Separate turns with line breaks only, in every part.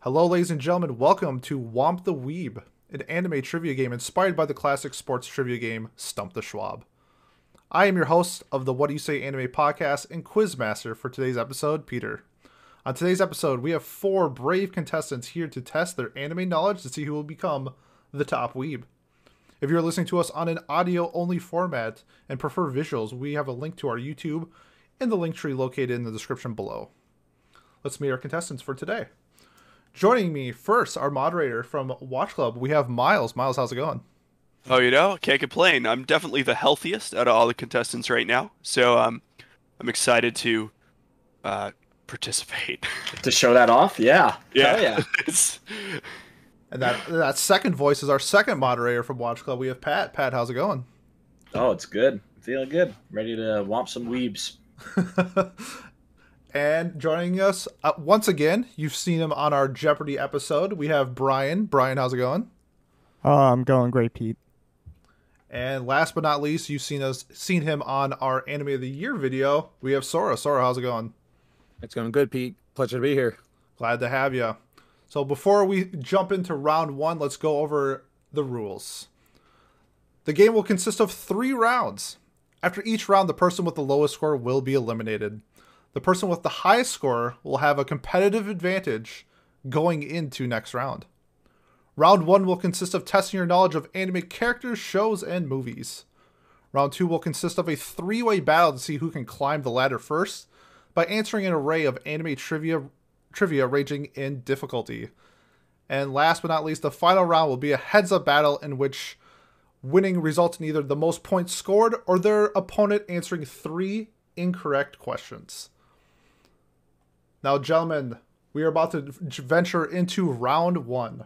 Hello, ladies and gentlemen. Welcome to Womp the Weeb, an anime trivia game inspired by the classic sports trivia game Stump the Schwab. I am your host of the What Do You Say Anime podcast and quizmaster for today's episode, Peter. On today's episode, we have four brave contestants here to test their anime knowledge to see who will become the top weeb. If you're listening to us on an audio only format and prefer visuals, we have a link to our YouTube and the link tree located in the description below. Let's meet our contestants for today. Joining me first, our moderator from Watch Club, we have Miles. Miles, how's it going?
Oh, you know, can't complain. I'm definitely the healthiest out of all the contestants right now, so um, I'm excited to uh, participate.
to show that off. Yeah.
Oh,
Hell yeah.
It's-
And that that second voice is our second moderator from Watch Club. We have Pat. Pat, how's it going?
Oh, it's good. Feeling good. Ready to womp some weebs.
and joining us uh, once again, you've seen him on our Jeopardy episode. We have Brian. Brian, how's it going?
Oh, I'm going great, Pete.
And last but not least, you've seen us seen him on our Anime of the Year video. We have Sora. Sora, how's it going?
It's going good, Pete. Pleasure to be here.
Glad to have you. So before we jump into round one, let's go over the rules. The game will consist of three rounds. After each round, the person with the lowest score will be eliminated. The person with the highest score will have a competitive advantage going into next round. Round one will consist of testing your knowledge of anime characters, shows, and movies. Round two will consist of a three way battle to see who can climb the ladder first by answering an array of anime trivia trivia ranging in difficulty. And last but not least, the final round will be a heads up battle in which winning results in either the most points scored or their opponent answering three incorrect questions. Now, gentlemen, we are about to v- venture into round one.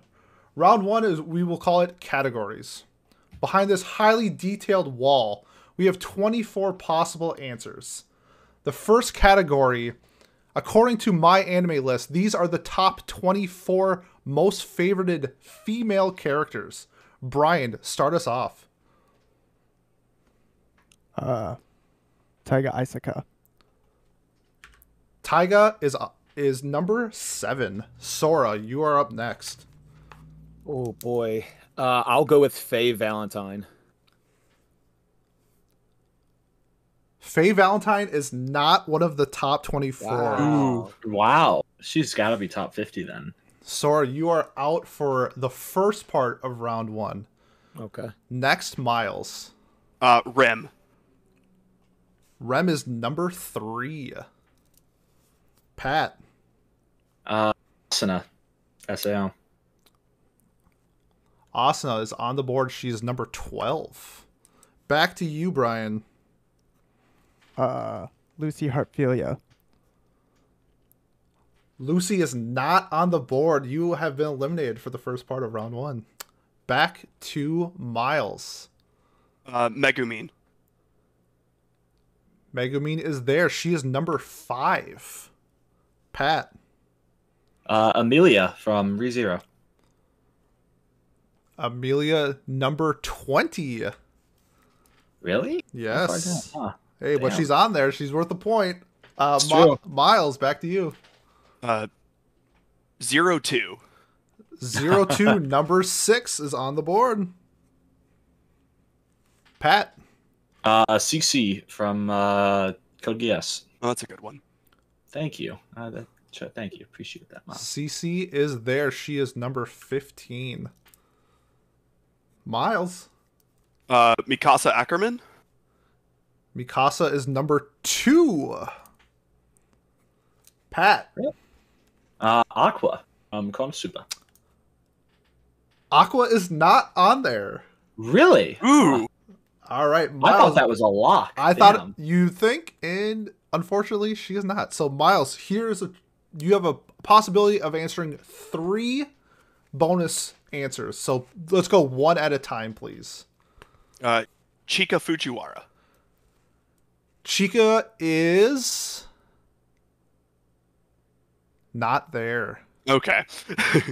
Round one is we will call it categories. Behind this highly detailed wall, we have 24 possible answers. The first category According to my anime list, these are the top 24 most favorited female characters. Brian, start us off.
Uh, Taiga Isaka.
Taiga is uh, is number 7. Sora, you are up next.
Oh, boy. Uh, I'll go with Faye Valentine.
Faye Valentine is not one of the top 24.
Wow.
Wow. She's got to be top 50 then.
Sora, you are out for the first part of round 1.
Okay.
Next, Miles.
uh, Rem.
Rem is number 3. Pat,
Uh, Asuna. SAO.
Asana is on the board. She is number 12. Back to you, Brian.
Uh, Lucy Hartfilia.
Lucy is not on the board. You have been eliminated for the first part of round one. Back to Miles.
Uh, Megumin.
Megumin is there. She is number five. Pat.
Uh, Amelia from ReZero.
Amelia, number 20.
Really?
Yes.
Huh.
Hey, but
Damn.
she's on there. She's worth a point. Uh,
It's
Mi-
true.
Miles, back to you.
Uh, zero two.
Zero two, number six is on the board. Pat.
Uh, Cece from uh, Code Geass.
Oh, that's a good one.
Thank you. Uh, that, sure, thank you. Appreciate that. Mom.
CC is there. She is number 15. Miles.
Uh, Mikasa Ackerman.
Mikasa is number two. Pat.
Uh, Aqua from Konosuba.
Aqua is not on there.
Really?
Ooh,
All right,
I thought
Miles.
that was a lock.
I thought
Damn.
you think, and unfortunately, she is not. So, Miles, here's a you have a possibility of answering three bonus answers. So, let's go one at a time, please.
uh, Chika Fujiwara.
Chica is not there.
Okay.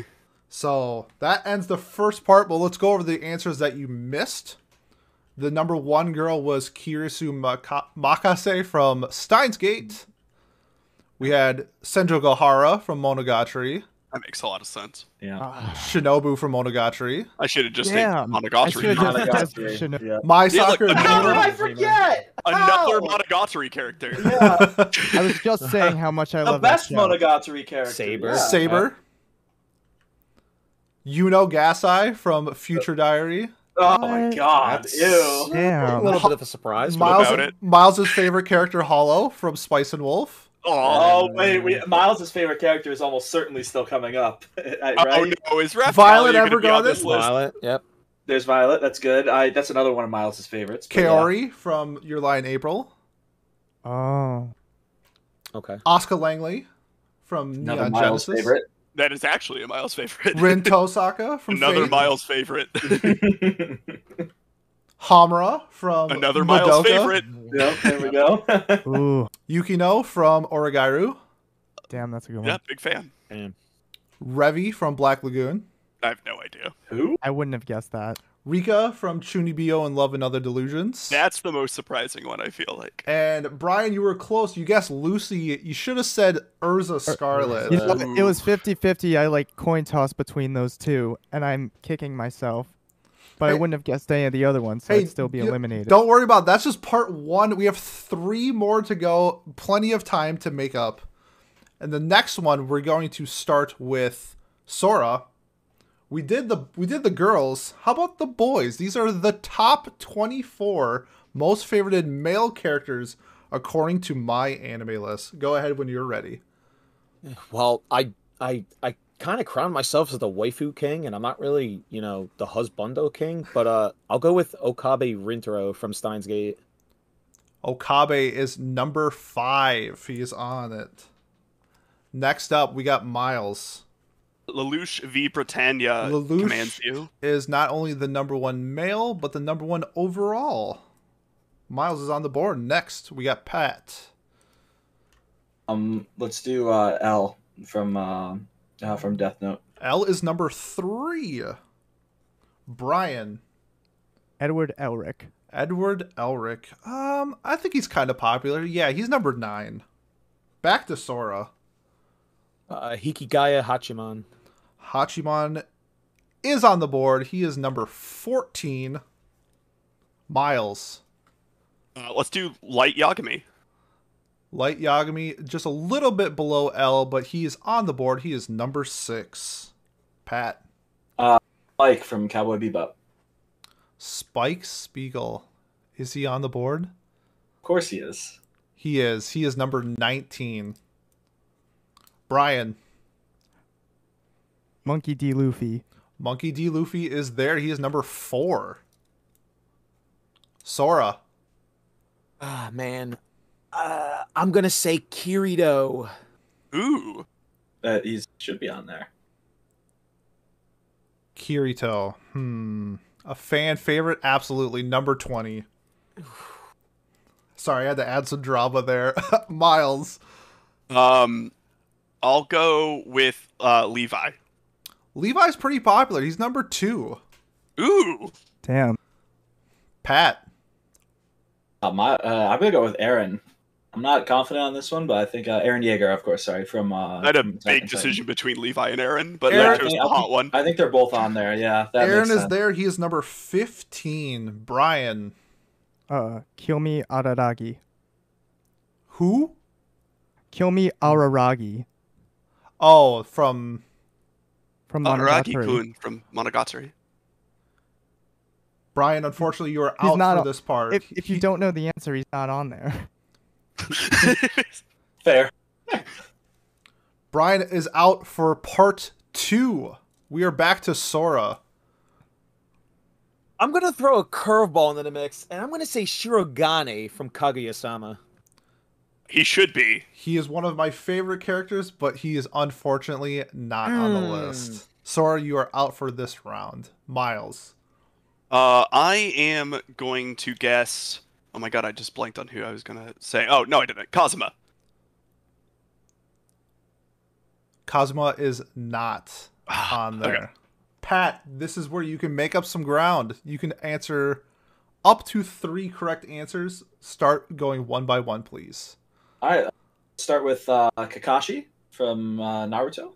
So that ends the first part. But let's go over the answers that you missed. The number one girl was Kirisu Maka- Makase from Steins Gate. We had Senjo Gohara from Monogatari.
That makes a lot of sense.
Oh.
Yeah.
Ah,
Shinobu from Monogatari.
I should have just
Damn.
named Monogatari.
I should've
Monogatari,
just- Should've-
yeah.
My
Yeah, look,
soccer.
look,
Name-
no,
I forget?
Another
How?
Monogatari character.
Yeah,
I was just saying how much I
the
love that
best
show.
Monogatari character.
Saber.
Yeah.
Saber. Yuno Gasai from Future Diary.
Oh my
What?
god.
That's-
Ew.
A
Damn.
Um,
little bit of a surprise. but
Miles,
about it.
Miles' favorite character, Hollow from Spice and Wolf.
Oh,
Oh wait, we, Miles' favorite character is almost certainly still coming up. I- right?
oh no, is Raph
Violet
Dahlia gonna
ever
be
got
on this
it?
list?
Violet. Yep.
There's Violet. That's good. I that's another one of Miles' favorites. but yeah.
Kaori E from Your Lie in April.
Oh.
Okay.
Oscar Langley from
Another
Neon
Miles'
Genesis.
favorite.
That is actually a Miles favorite.
Rin Tosaka from
Another
Fate.
Miles favorite.
Hamura from
Another
Madoka.
Miles favorite.
Yep, there we go.
Ooh.
Yukino from Origairu.
Damn, that's a good one.
Yeah, big fan.
Revi from Black Lagoon.
I have no idea.
Who?
I wouldn't have guessed that.
Rika from Chunibyo and Love and Other Delusions.
That's the most surprising one. I feel like.
And Brian, you were close. You guessed Lucy. You should have said
Er,
Urza Scarlet.
You
Uh,
know, it was 50-50. I like coin toss between those two, and I'm kicking myself. But I
Hey-
wouldn't have guessed any of the other ones, so
Hey,
I'd still be
you-
eliminated.
Don't worry about it. that's just part one. We have three more to go. Plenty of time to make up. And the next one we're going to start with Sora. We did the we did the girls. How about the boys? These are the top twenty four most favorited male characters according to my anime list. Go ahead when you're ready.
Well, I I I kind of crowned myself as the waifu king, and I'm not really, you know, the husbando king, but uh, I'll go with Okabe Rintaro from Steins Gate.
Okabe is number five. He is on it. Next up, we got Miles.
Lelouch v Britannia
Lelouch.
commands you.
is not only the number one male, but the number one overall. Miles is on the board. Next, we got Pat.
Um, let's do uh, L from uh, uh, from Death Note.
L is number three. Brian.
Edward Elric.
Edward Elric. Um, I think he's kind of popular. Yeah, he's number nine. Back to Sora.
Uh, Hikigaya Hachiman.
Hachiman is on the board. He is number 14. Miles.
Uh, let's do Light Yagami.
Light Yagami, just a little bit below L, but he is on the board. He is number six. Pat.
Mike from Cowboy Bebop.
Spike Spiegel. Is he on the board?
Of course he is.
He is. He is number 19. Brian.
Monkey D. Luffy.
Monkey D. Luffy is there. He is number four. Sora.
Ah man, uh, I'm gonna say Kirito.
Ooh,
Uh, he should be on there.
Kirito. Hmm. A fan favorite? Absolutely. Number 20. Sorry, I had to add some drama there. Miles.
um, I'll go with uh, Levi.
Levi's pretty popular. He's number two.
Ooh,
Damn.
Pat.
Uh, my, uh, I'm gonna go with Aaron. I'm not confident on this one, but I think uh, Aaron Yeager, of course. Sorry, from. Uh,
I had a
from Attack on
big
Titan.
decision between Levi and Aaron, but
Aaron-
I chose the hot one.
I think they're both on there. Yeah, that
Aaron
makes
is
sense.
there. He is number 15. Brian.
Uh, Kilmi Araragi.
Who?
Kilmi Araragi
Oh, from
from
Uh, Araki
Monogatari.
Kun from Monogatari.
Brian. Unfortunately, you are
He's
out
not
for
a-
this part.
If, if you don't know the answer, he's not on there.
Fair.
Brian is out for part two. We are back to Sora.
I'm gonna throw a curveball into the mix, and I'm gonna say Shirogane from Kaguya-sama.
He should be.
He is one of my favorite characters, but he is unfortunately not on the
Hmm.
list. Sora, you are out for this round. Miles.
Uh, I am going to guess. Oh my god, I just blanked on who I was gonna say. Oh no, I didn't. Kazuma.
Cosma is not on there.
okay.
Pat, this is where you can make up some ground. You can answer up to three correct answers. Start going one by one, please.
All right. Start with uh, Kakashi from uh, Naruto.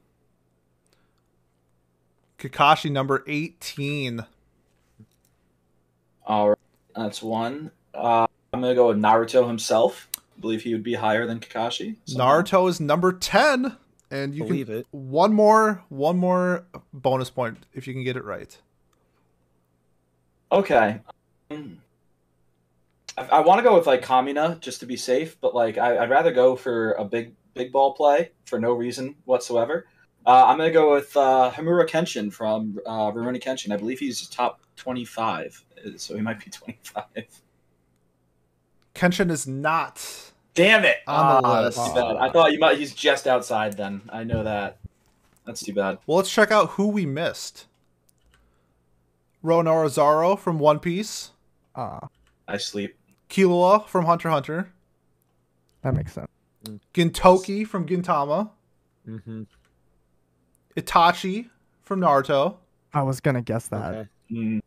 Kakashi number 18.
All right, that's one. Uh, I'm gonna go with Naruto himself. I believe he would be higher than Kakashi. somehow.
Naruto is number 10. And you
Believe
can
it.
one more one more bonus point if you can get it right.
Okay. Um, I, I want to go with like Kamina just to be safe, but like I, I'd rather go for a big big ball play for no reason whatsoever. Uh, I'm gonna go with uh, Hamura Kenshin from uh, Rurouni Kenshin. I believe he's top 25, uh, so he might be 25.
Kenshin is not
Damn it!
On the
Ah,
list.
That's too
Oh.
bad. I thought you might. He's just outside. Then I know that. That's too bad.
Well, let's check out who we missed. Ron Orizaro from One Piece,
Ah,
I sleep.
Killua from Hunter x Hunter,
that makes sense.
Gintoki from Gintama,
Mm-hmm.
Itachi from Naruto,
I was gonna guess that.
Okay.
Mm.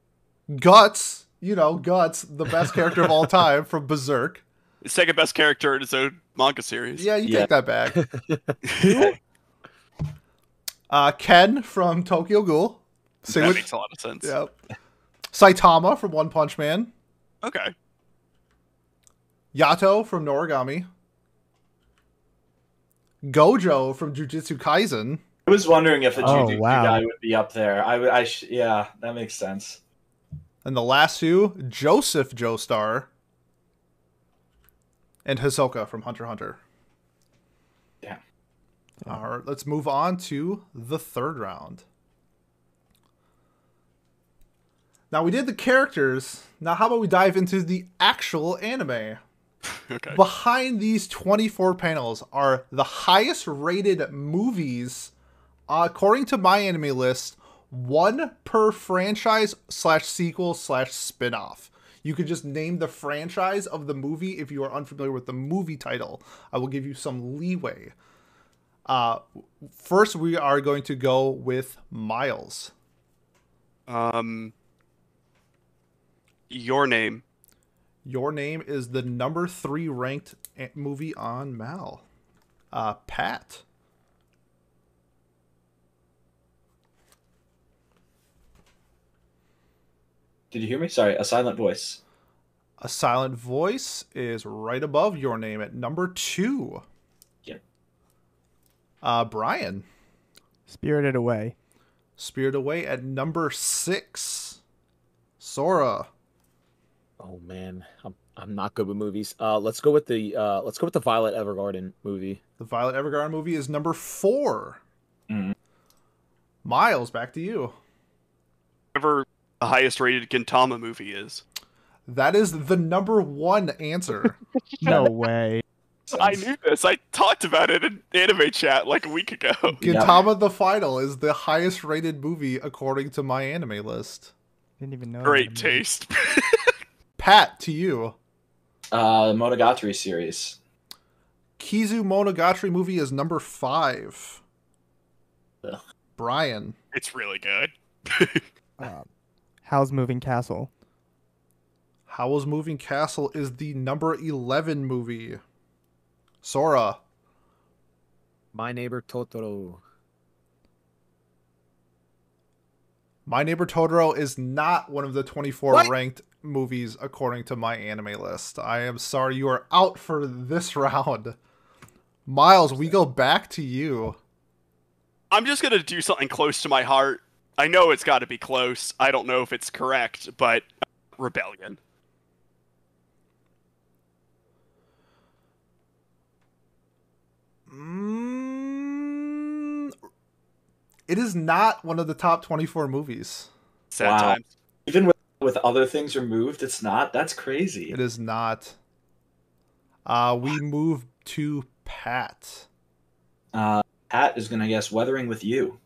Guts, you know, Guts, the best character of all time from Berserk.
It's second best character in its own manga series.
Yeah, you
Yeah.
take that back. Uh, Ken from Tokyo Ghoul. Sing
that
with-
makes a lot of sense.
Yep. Saitama from One Punch Man,
Okay.
Yato from Noragami, Gojo from Jujutsu Kaisen.
I was wondering if a
Oh,
Jujutsu
wow.
guy would be up there. I, would- I sh- yeah, that makes sense.
And the last two, Joseph Joestar and Hisoka from Hunter x Hunter.
Yeah.
All right, let's move on to the third round. Now we did the characters. Now how about we dive into the actual anime?
Okay.
Behind these 24 panels are the highest rated movies uh, according to my anime list, one per franchise slash sequel slash spin-off. You could just name the franchise of the movie if you are unfamiliar with the movie title. I will give you some leeway. Uh, first, we are going to go with Miles.
Um. Your name.
Your name is the number three ranked a- movie on Mal. Uh, Pat.
Did you hear me? Sorry, a silent voice.
A Silent Voice is right above your name at number two.
Yep.
Uh, Brian,
Spirited Away.
Spirit Away at number six. Sora,
Oh man, I'm I'm not good with movies. Uh, let's go with the uh, let's go with the Violet Evergarden movie.
the Violet Evergarden movie is number four.
Mhm.
Miles, back to you.
Whatever the highest rated Gintama movie is.
That is the number one answer.
No way.
I knew this. I talked about it in anime chat like a week ago.
Yeah.
Gintama the Final is the highest rated movie according to my anime list.
Didn't even know. I had a
Um,
Great
movie.
taste.
Pat, to you.
Uh, Monogatari series.
Kizu Monogatari movie is number five.
Ugh.
Brian,
it's really good.
Um, How's Moving Castle?
Howl's Moving Castle is the number 11 movie. Sora,
My Neighbor Totoro.
My Neighbor Totoro is not one of the 24
What?
ranked movies according to my anime list. I am sorry you are out for this round. Miles, we go back to you.
I'm just gonna do something close to my heart. I know it's got to be close. I don't know if it's correct, but rebellion.
Mm, it is not one of the top 24 movies.
Sad
Wow.
times.
Even with, with other things removed, it's not. That's crazy.
It is not. Uh, we move to Pat.
Uh, Pat is gonna guess Weathering with You.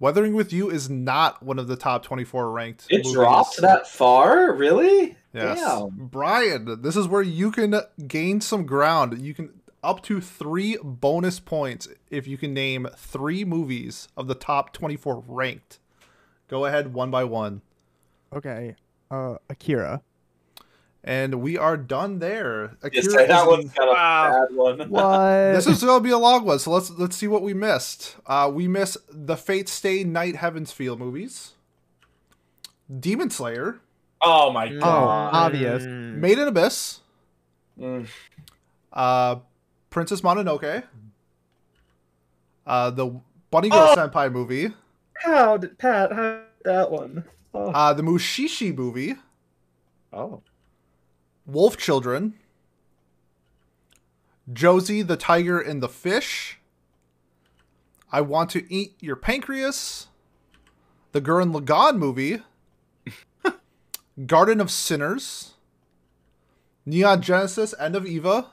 Weathering with You is not one of the top 24 ranked.
It
movies.
dropped that far, really?
Yes.
Damn.
Brian, this is where you can gain some ground. You can up to three bonus points if you can name three movies of the top 24 ranked. Go ahead one by one.
Okay. Uh, Akira.
And we are done there.
Just
Akira
say that
is
one's got a
Wow.
bad one.
What?
this is gonna be a long one, so let's let's see what we missed. Uh, we miss the Fate Stay Night Heavensfield movies, Demon Slayer,
Oh my
oh,
god.
obvious.
Hmm.
Made in Abyss,
Mm.
uh, Princess Mononoke, uh, the Bunny Girl Senpai movie,
How did Pat? How that one?
uh, the Mushishi movie,
Oh,
Wolf Children, Josie the Tiger and the Fish, I Want to Eat Your Pancreas, the Gurren Lagann movie, Garden of Sinners, Neon Genesis End of Eva,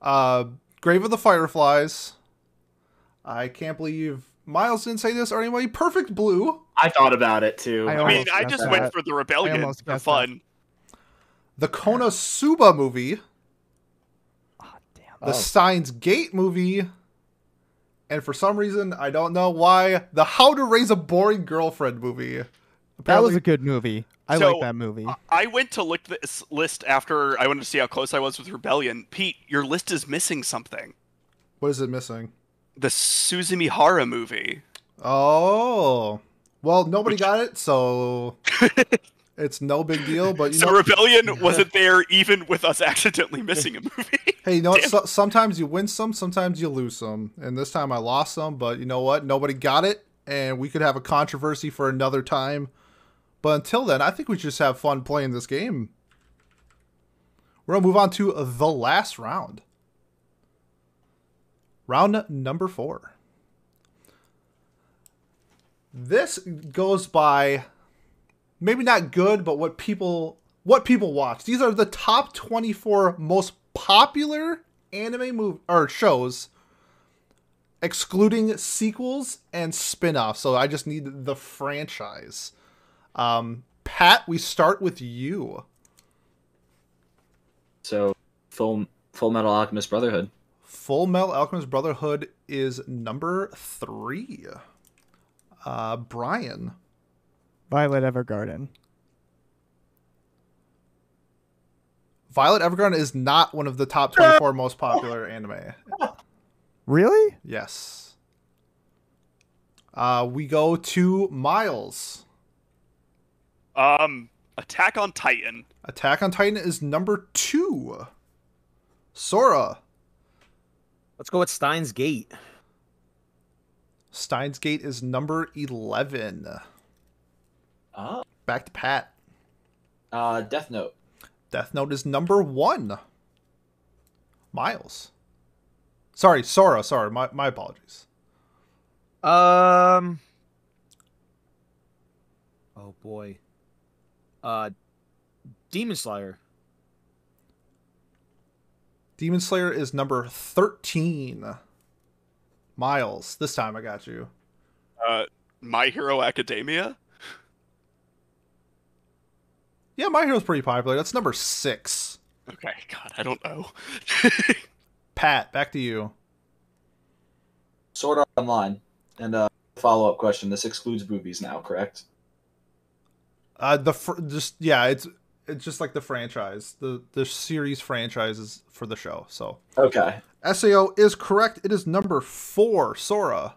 uh, Grave of the Fireflies. I can't believe Miles didn't say this or anyway. Perfect Blue,
I thought about it too.
I
I mean,
almost
I
got
just
that.
went for the
I
rebellion
almost
for
got
fun.
the Konosuba movie,
Oh, damn.
the
Oh.
Steins Gate movie, and for some reason I don't know why the How to Raise a Boring Girlfriend movie.
That was
Apparently-
a good movie. I
So,
like that movie.
I- I went to look this list after I wanted to see how close I was with rebellion. Pete, your list is missing something.
what is it missing?
The Suzumi Hara movie.
Oh, well nobody got it, so it's no big deal. But you
So
know,
rebellion wasn't there even with us accidentally missing a movie.
hey, you know what? So, sometimes you win some, sometimes you lose some, and this time I lost some. But you know what? Nobody got it, and we could have a controversy for another time. But until then, I think we should just have fun playing this game. We're gonna move on to the last round. Round number four. This goes by maybe not good, but what people what people watch. These are the top 24 most popular anime move or shows excluding sequels and spin-offs. So I just need the franchise. Um Pat, we start with you.
So full Full Metal Alchemist Brotherhood.
Full Metal Alchemist Brotherhood is number three. Uh, Brian,
Violet Evergarden.
Violet Evergarden is not one of the top 24 most popular anime.
Really?
Yes. Uh, we go to Miles.
Um, Attack on Titan.
Attack on Titan is number two. Sora,
let's go with Steins Gate.
Steins Gate is number 11.
Ah.
Back to Pat.
Uh, Death Note.
Death Note is number one. Miles. Sorry, Sora. Sorry, my, my apologies.
Um. Oh boy. Uh, Demon Slayer.
Demon Slayer is number 13. Miles, this time I got you.
Uh, My Hero Academia.
Yeah, My Hero's pretty popular. That's number six.
Okay, God, I don't know.
Pat, back to you.
Sword Art Online. And uh, follow up question. This excludes boobies now, correct?
Uh, the fr- just yeah, it's it's just like the franchise, the the series franchises for the show. So
Okay.
Sao is correct. It is number four. Sora,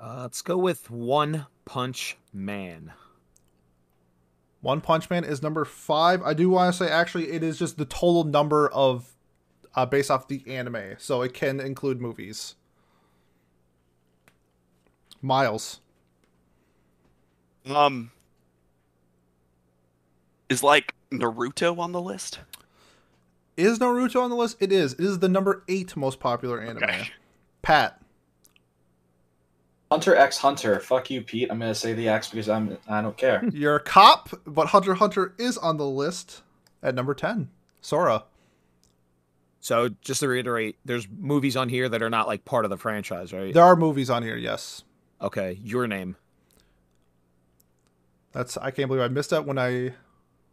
Uh, let's go with One Punch Man.
One Punch Man is number five. I do want to say actually, it is just the total number of uh, based off the anime, so it can include movies. Miles,
um, is like Naruto on the list?
is Naruto on the list? It is. It is the number eight most popular anime.
Okay.
Pat,
Hunter X Hunter. Fuck you, Pete. I'm gonna say the X because I'm I don't
Hmm.
care.
You're a cop, but Hunter x Hunter is on the list at number 10. Sora.
So just to reiterate, there's movies on here that are not like part of the franchise, right?
There are movies on here, yes.
Okay, your name.
That's I can't believe I missed that when I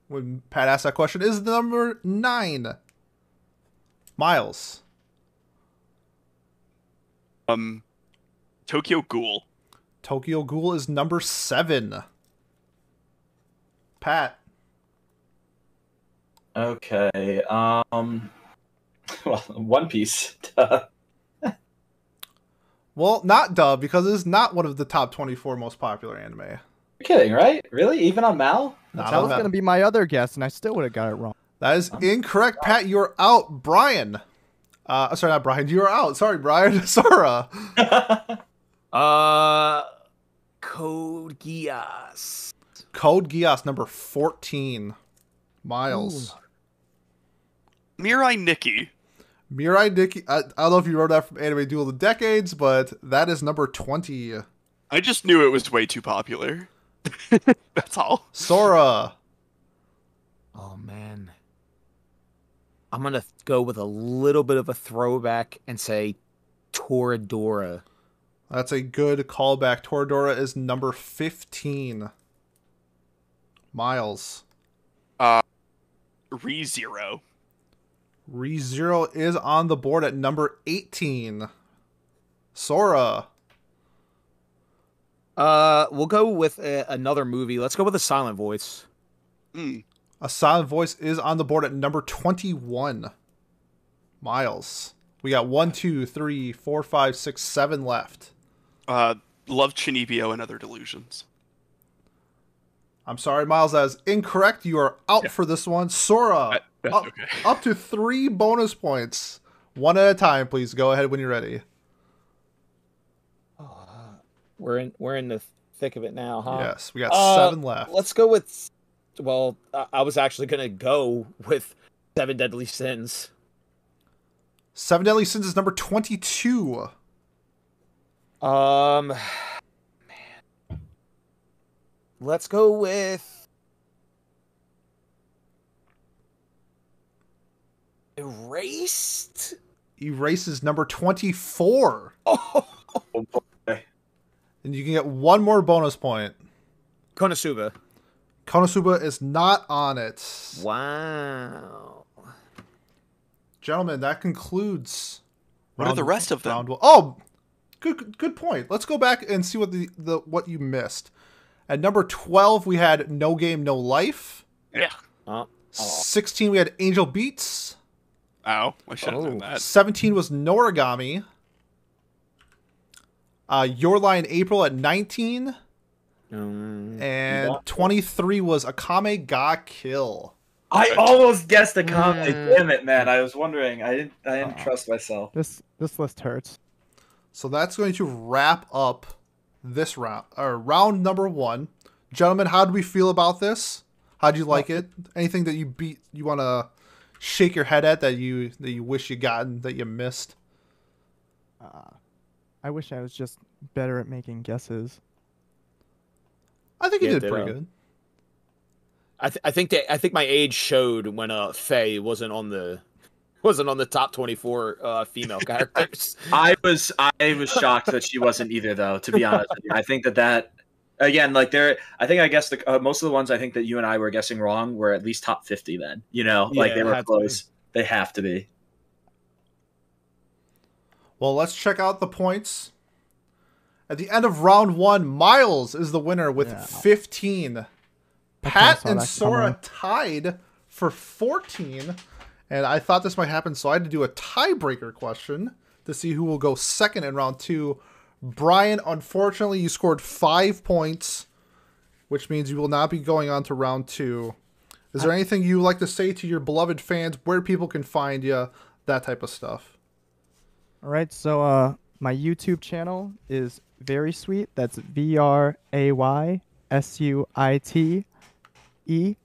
when Pat asked that question. Is the number 9 Miles.
Um, Tokyo Ghoul.
Tokyo Ghoul is number 7. Pat.
Okay. Um. Well, One Piece.
Well, not duh, because it is not one of the top 24 most popular anime.
You're kidding, right? Really? Even on Mal?
Not
That
on
was
that.
gonna be my other guess, and I still would have got it wrong.
That is incorrect, Pat. You're out, Brian. Uh, sorry, not Brian. You're out. Sorry, Brian. Sora.
Uh, Code Geass.
Code Geass number 14. Miles.
Mirai Nikki.
Mirai Nikki. I, I don't know if you wrote that from Anime Duel of the Decades, but that is number 20.
I just knew it was way too popular. That's all.
Sora.
Oh man. I'm gonna th- go with a little bit of a throwback and say Toradora.
That's a good callback. Toradora is number 15. Miles.
Re Zero.
ReZero is on the board at number 18. Sora.
Uh, we'll go with uh another movie. Let's go with a silent voice.
Mm.
A Silent Voice is on the board at number 21. Miles. We got one, two, three, four, five, six, seven left.
Uh, love Chinibio and Other Delusions.
I'm sorry, Miles, that is incorrect. You are out for this one. Sora,
That's
up,
okay.
up to three bonus points. One at a time, please. Go ahead when you're ready.
Oh, We're in we're in the thick of it now, huh?
Yes, we got
Uh,
seven left.
Let's go with. Well, I, I was actually gonna go with Seven Deadly Sins.
Seven Deadly Sins is number 22.
Um, man, let's go with erased.
Erases number 24.
Oh,
And you can get one more bonus point.
Konosuba.
Konosuba is not on it.
Wow.
gentlemen, that concludes.
What are the rest of them?
Round one. Oh, good good point. Let's go back and see what the, the what you missed. At number twelve, we had No Game No Life.
Yeah.
Oh,
Sixteen, we had Angel Beats.
Ow. I should have known
Oh.
that.
Seventeen was Noragami. Uh, Your Line April at nineteen,
um,
and twenty-three was Akame Ga Kill.
I almost guessed a comedy.
Mm.
Damn it, man! I was wondering. I didn't. I didn't trust myself.
This this list hurts.
So that's going to wrap up this round or round number one. Gentlemen, how do we feel about this? How'd you like it? Anything that you beat you wanna shake your head at that you that you wish you gotten that you missed?
Uh, I wish I was just better at making guesses.
I think you
Yeah,
did pretty
ditto.
good.
I, th- I think that I think my age showed when uh Faye wasn't on the wasn't on the top twenty four uh female characters.
I was I was shocked that she wasn't either, though. To be honest, with you. I think that that again, like there, I think I guess the uh, most of the ones I think that you and I were guessing wrong were at least top fifty. Then you know, like
Yeah,
they were
had to be.
close. They have to be.
Well, let's check out the points. At the end of round one, Miles is the winner with
Yeah.
15. Pat
saw
and
that
Sora
coming.
tied for 14. And I thought this might happen, so I had to do a tiebreaker question to see who will go second in round two. Brian, unfortunately, you scored five points, which means you will not be going on to round two. Is there anything you would like to say to your beloved fans, where people can find you, that type of stuff?
All right, so uh, my YouTube channel is very sweet. That's V R A Y S U I T E,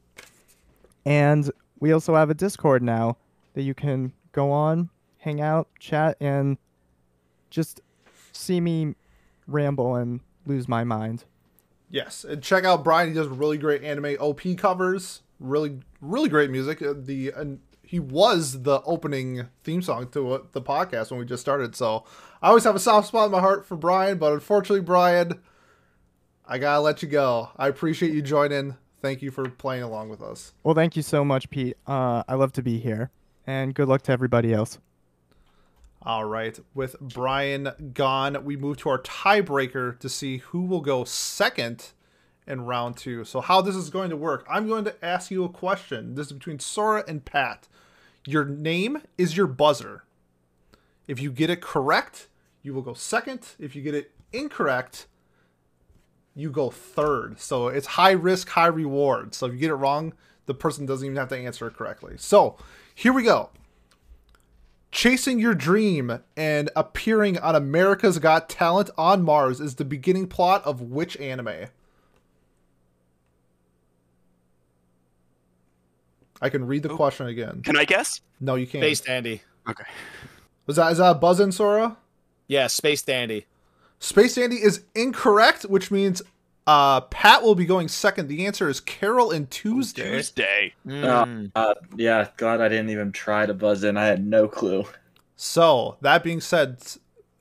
and we also have a Discord now that you can go on, hang out, chat, and just see me ramble and lose my mind.
Yes, and check out Brian. He does really great anime OP covers. Really, really great music. Uh, The and he was the opening theme song to uh, the podcast when we just started. So I always have a soft spot in my heart for Brian, but unfortunately, Brian, I gotta let you go. I appreciate you joining. Thank you for playing along with us.
Well, thank you so much, Pete. Uh, I love to be here, and good luck to everybody else.
All right, with Brian gone, we move to our tiebreaker to see who will go second in round two. So, how this is going to work, I'm going to ask you a question. This is between Sora and Pat. Your name is your buzzer. If you get it correct, you will go second. If you get it incorrect, you go third. So it's high risk, high reward. So if you get it wrong, the person doesn't even have to answer it correctly. So here we go. Chasing your dream and appearing on America's Got Talent on Mars is the beginning plot of which anime? I can read the question again.
Can I guess?
No, you can't.
Space Dandy.
Okay.
Was that is that a buzz in Sora?
Yeah, Space Dandy.
Space Dandy is incorrect, which means uh, Pat will be going second. The answer is Carol and Tuesday.
Tuesday.
Mm.
Uh, yeah, glad I didn't even try to buzz in. I had no clue.
So that being said,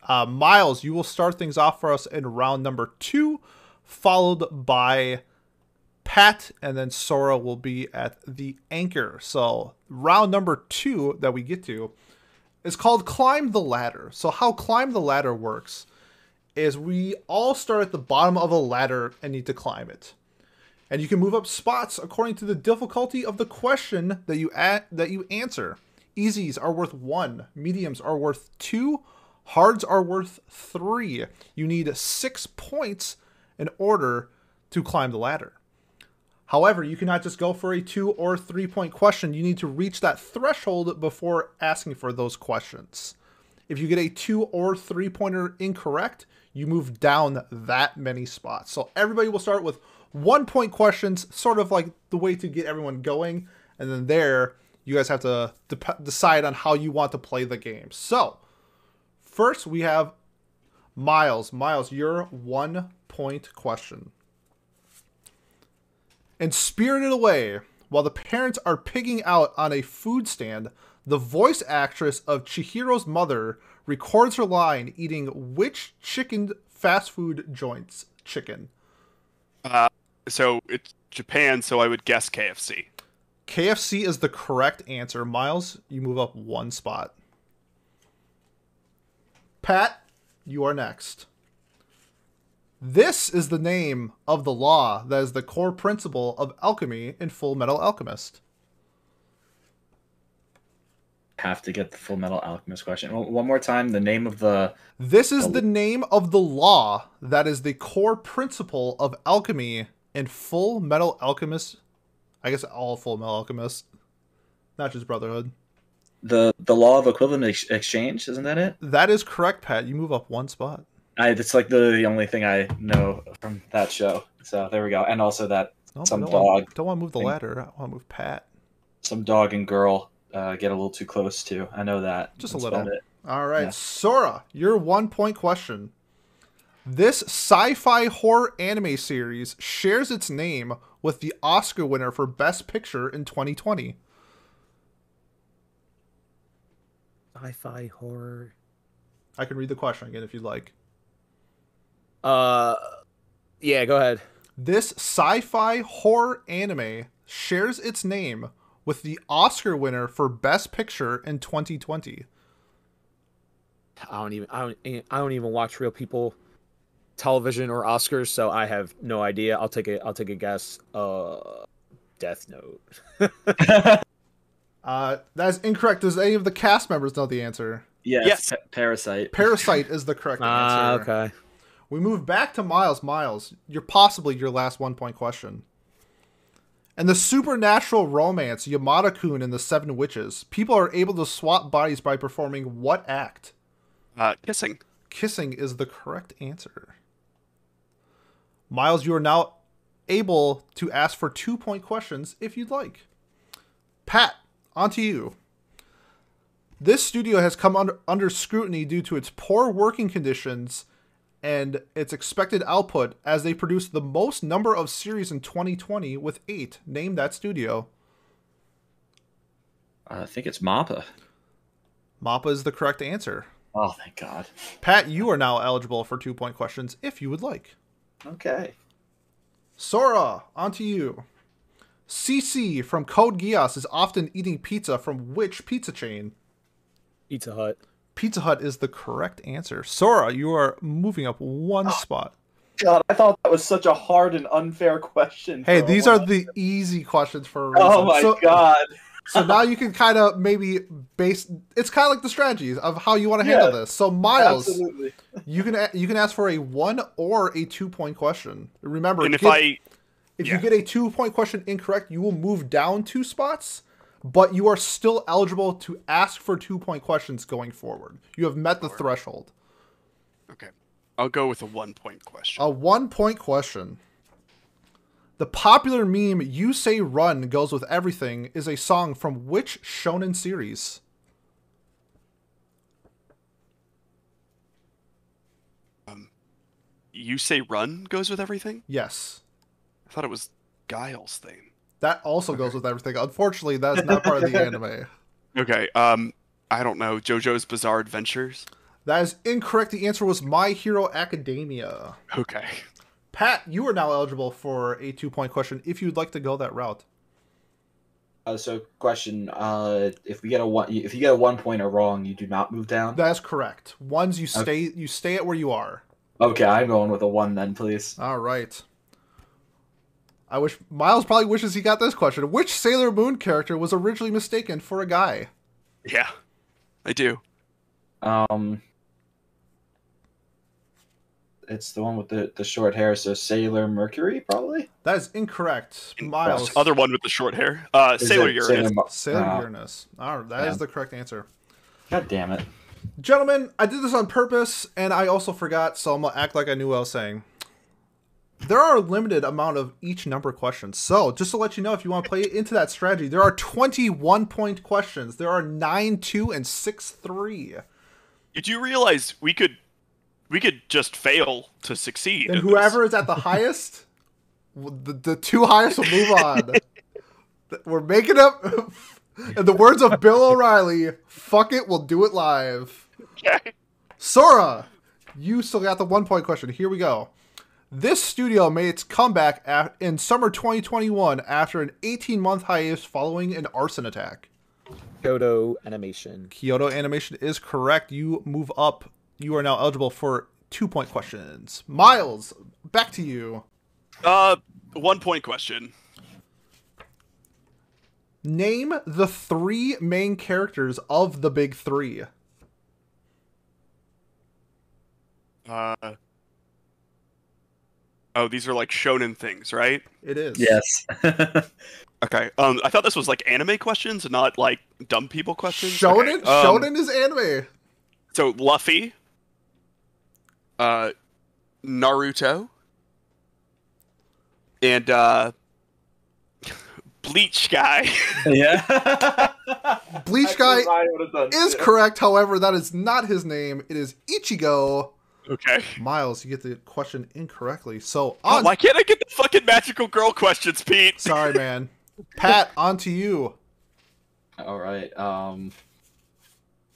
uh, Miles, you will start things off for us in round number two, followed by Pat, and then Sora will be at the anchor. So round number two that we get to is called climb the ladder. So how climb the ladder works is we all start at the bottom of a ladder and need to climb it. And you can move up spots according to the difficulty of the question that you a- that you answer. Easies are worth 1, mediums are worth 2, hards are worth 3. You need 6 points in order to climb the ladder. However, you cannot just go for a 2 or 3 point question. You need to reach that threshold before asking for those questions. If you get a two or three pointer incorrect, you move down that many spots. So everybody will start with one point questions, sort of like the way to get everyone going. And then there, you guys have to dep decide on how you want to play the game. So first, we have Miles. Miles, your one point question. And spirited away, while the parents are pigging out on a food stand, the voice actress of Chihiro's mother records her line eating which chicken fast food joint's chicken?
So it's Japan, so I would guess KFC.
KFC is the correct answer. Miles, you move up one spot. Pat, you are next. This is the name of the law that is the core principle of alchemy in Full Metal Alchemist.
Have to get the Full Metal Alchemist question one one more time. The name of the
This is the name of the law that is the core principle of alchemy in Full Metal Alchemist. I guess all Full Metal Alchemist, not just Brotherhood.
the the law of equivalent ex- exchange isn't that it?
That is correct, Pat. You move up one spot.
I that's like literally the only thing I know from that show. So there we go. And also that
No,
Some
don't Want,
dog
don't want to move the
thing.
ladder. I want to move Pat.
some dog and girl uh, get a little too close to. I know that.
Just a
That's
little.
about it.
All right,
Yeah.
Sora, your one point question. This sci fi horror anime series shares its name with the Oscar winner for Best Picture in 2020.
Sci-fi horror.
I can read the question again if you'd like.
Uh, yeah. Go ahead.
This sci fi horror anime shares its name with the Oscar winner for Best Picture in 2020.
I don't even. I don't. eh, I don't even watch real people television or Oscars, so I have no idea. I'll take a. I'll take a guess. Uh, Death Note.
Uh, that is incorrect. Does any of the cast members know the answer?
Yes,
Yes.
pa- parasite.
Parasite is the correct
Ah,
answer.
okay.
We move back to Miles. Miles, you're possibly your last one point question. And the supernatural romance Yamada Kun and the Seven Witches, people are able to swap bodies by performing what act?
Uh, kissing.
Kissing is the correct answer. Miles, you are now able to ask for two point questions if you'd like. Pat, on to you. This studio has come under, under scrutiny due to its poor working conditions and its expected output as they produced the most number of series in 2020 with eight. Name that studio.
Uh, I think it's Mappa.
MAPPA is the correct answer.
Oh, thank God.
Pat, you are now eligible for two point questions if you would like.
Okay.
Sora, onto you. CC from Code Geass is often eating pizza from which pizza chain?
Pizza Hut.
Oh,
Pizza Hut is the correct answer. Sora, you are moving up one spot.
God, I thought that was such a hard and unfair question.
Hey,
for a
these are
woman.
the easy questions for a reason.
Oh my
so,
god.
so now you can kind of maybe base. It's kind of like the strategies of how you want to handle
Yeah.
this. So Miles,
Absolutely.
you can a- you can ask for a one or a two point question. Remember,
And if
give-
I
If you
Yeah.
get a two point question incorrect, you will move down two spots, but you are still eligible to ask for two point questions going forward. You have met the threshold.
okay, I'll go with a one point question.
A one point question. The popular meme You Say Run Goes With Everything is a song from which shonen series?
You say run goes with everything.
Yes.
I thought it was Guile's thing.
That also goes with everything. Unfortunately, that is not part of the anime.
Okay. Um, I don't know. JoJo's Bizarre Adventures.
That is incorrect. The answer was My Hero Academia.
Okay.
Pat, you are now eligible for a two point question if you'd like to go that route.
Uh, so, question: uh, If we get a one, if you get a one pointer wrong, you do not move down.
That's correct. Ones you
Okay.
stay you stay at where you are.
Okay, I'm going with a one then, please.
All right. I wish Miles probably wishes he got this question. Which Sailor Moon character was originally mistaken for a guy?
Yeah, I do.
Um, it's the one with the the short hair. So Sailor Mercury, probably.
That is incorrect.
And
Miles.
Other one with the short hair. Uh,
Is
Sailor
it
Uranus.
Sailor Mar-
Sailor
Ah,
Uranus. All right, that is
Yeah.
the correct answer.
God damn it!
Gentlemen, I did this on purpose and I also forgot, so I'm going to act like I knew what I was saying. There are a limited amount of each number questions. So, just to let you know, if you want to play into that strategy, there are 21 point questions. There are 9 2 and 6 3.
You do realize we could, we could just fail to succeed.
And
in this.
whoever is at the highest, w- the, the two highest will move on. Th- We're making up. In the words of Bill O'Reilly, fuck it, we'll do it live.
Okay.
Sora, you still got the one point question. Here we go. This studio made its comeback a in summer 2021 after an 18 month hiatus following an arson attack.
Kodo animation.
Kyoto Animation is correct. You move up. You are now eligible for two point questions. Miles, back to you.
Uh, one point question.
Name the three main characters of the big three.
Uh. Oh, these are like shonen things, right?
It is.
Yes.
Okay. Um, I thought this was like anime questions, and not like dumb people questions.
Shonen?
Okay, um,
Shonen is anime.
So Luffy. Uh, Naruto. And uh, Bleach guy.
yeah.
Bleach Guy is
is
correct. However, that is not his name. It is Ichigo.
okay.
Miles, you get the question incorrectly. So,
Oh,
on.
why can't I get the fucking magical girl questions, Pete?
Sorry, man. Pat, on to you.
All right. Um,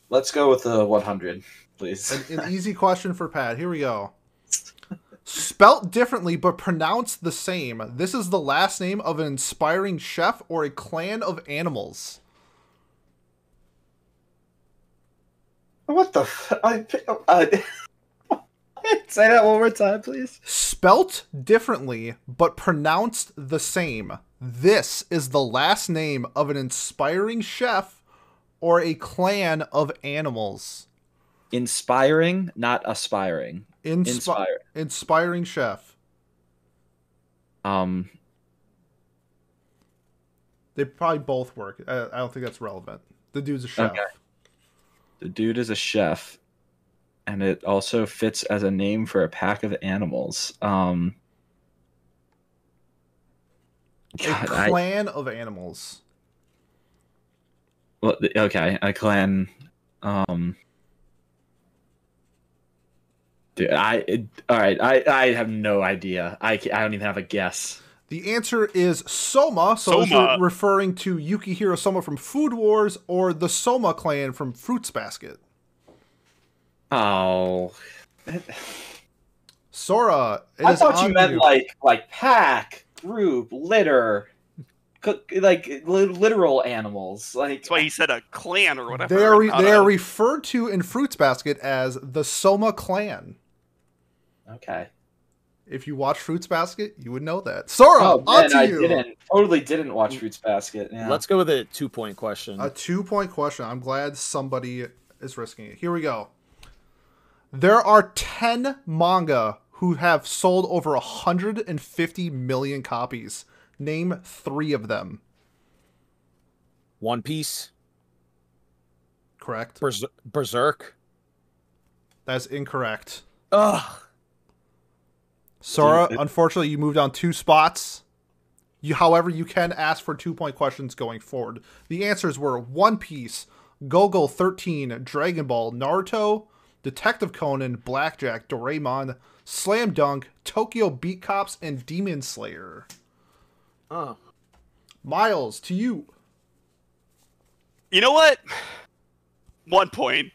let's go with the 100, please.
An, an easy question for Pat. Here we go. Spelt differently but pronounced the same. This is the last name of an inspiring chef or a clan of animals.
What the? F- I, uh,
Say that one more time, please.
spelt differently but pronounced the same. This is the last name of an inspiring chef or a clan of animals.
Inspiring, not aspiring.
Inspi-
Inspire.
Inspiring chef.
Um.
They probably both work. I, I don't think that's relevant. The dude's a chef.
Okay. The dude is a chef, and it also fits as a name for a pack of animals. Um,
A
God, I-
clan of animals.
well, th- okay, a clan. Um, dude, I it, all right. I I have no idea. I ca- I don't even have a guess.
The answer is Soma. So if
Soma.
you're referring to Yukihiro Soma from Food Wars or the Soma clan from Fruits Basket.
Oh,
Sora, it
I
is
thought
on
you meant like like pack, group, litter, cook, like li- literal animals. Like
That's why he said a clan or whatever. Uh,
They are
and not
they
a-
are referred to in Fruits Basket as the Soma clan.
okay,
If you watch Fruits Basket, you would know that. Sora,
Oh, man,
on to
I
you.
didn't. Totally didn't watch Fruits Basket. Yeah.
Let's go with a two point question.
A two point question. I'm glad somebody is risking it. Here we go. There are 10 manga who have sold over 150 million copies. Name three of them,
One Piece,
correct?
Berser- Berserk.
That's incorrect.
Ugh.
Sora,
Dude, it-
unfortunately, you moved down two spots. You, however, you can ask for two point questions going forward. The answers were One Piece, Gogol 13, Dragon Ball, Naruto, Detective Conan, Blackjack, Doraemon, Slam Dunk, Tokyo Beat Cops, and Demon Slayer.
Oh.
Miles, to you.
You know what? One point.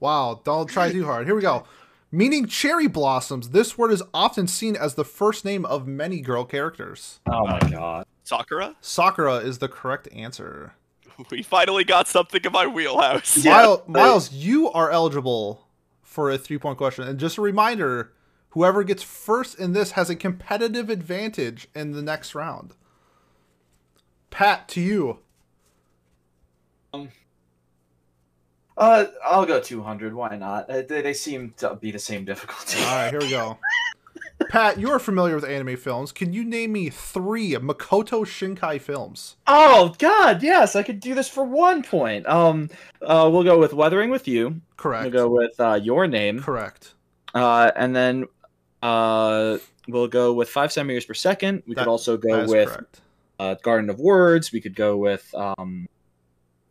Wow, don't try too hard. Here we go. Meaning cherry blossoms, this word is often seen as the first name of many girl characters.
Oh my god.
Sakura,
Sakura is the correct answer.
we finally got something in my wheelhouse.
Yeah,
Miles,
but-
Miles, you are eligible for a three point question. And just a reminder whoever gets first in this has a competitive advantage in the next round. Pat, to you.
Uh, I'll go 200. Why not? Uh, They, they seem to be the same difficulty.
All right, here we go. Pat, you're familiar with anime films. Can you name me three Makoto Shinkai films?
Oh god, yes, I could do this for one point. Um uh we'll go with Weathering with You.
Correct.
We'll go with uh your name.
Correct.
Uh and then uh we'll go with five centimeters per second. We
That-
could also
That
go
is
with
correct.
uh Garden of Words. We could go with um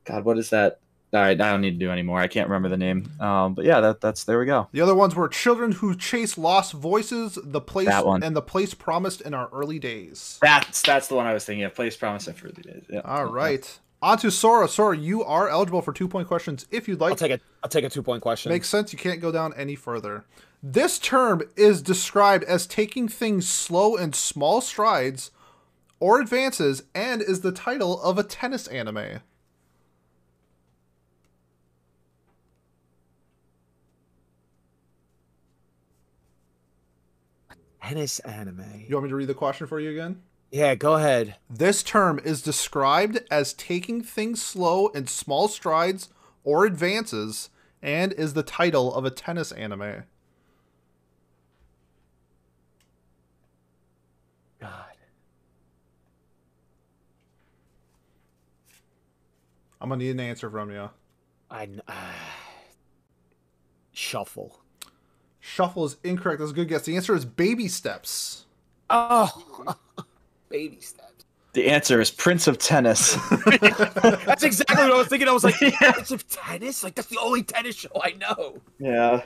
God, what is that? All right, I don't need to do anymore. I can't remember the name. Um but yeah, that that's there we go.
The other ones were Children Who Chase Lost Voices, The Place,
That one.
and The Place Promised in Our Early Days.
That's that's the one I was thinking of. Place Promise and Fruity Days. Yeah.
All right. On to Sora. Sora, you are eligible for two point questions if you'd
I'll
like.
take a I'll take a two point question.
Makes sense. You can't go down any further. This term is described as taking things slow in small strides or advances and is the title of a tennis anime.
Tennis anime.
You want me to read the question for you again?
Yeah, go ahead.
This term is described as taking things slow in small strides or advances and is the title of a tennis anime.
God.
I'm going to need an answer from you.
I kn- shuffle.
Shuffle is incorrect. That's a good guess. The answer is baby steps.
Oh, baby steps.
The answer is Prince of Tennis.
That's exactly what I was thinking. I was like, it's of tennis. Like that's the only tennis show I know.
yeah.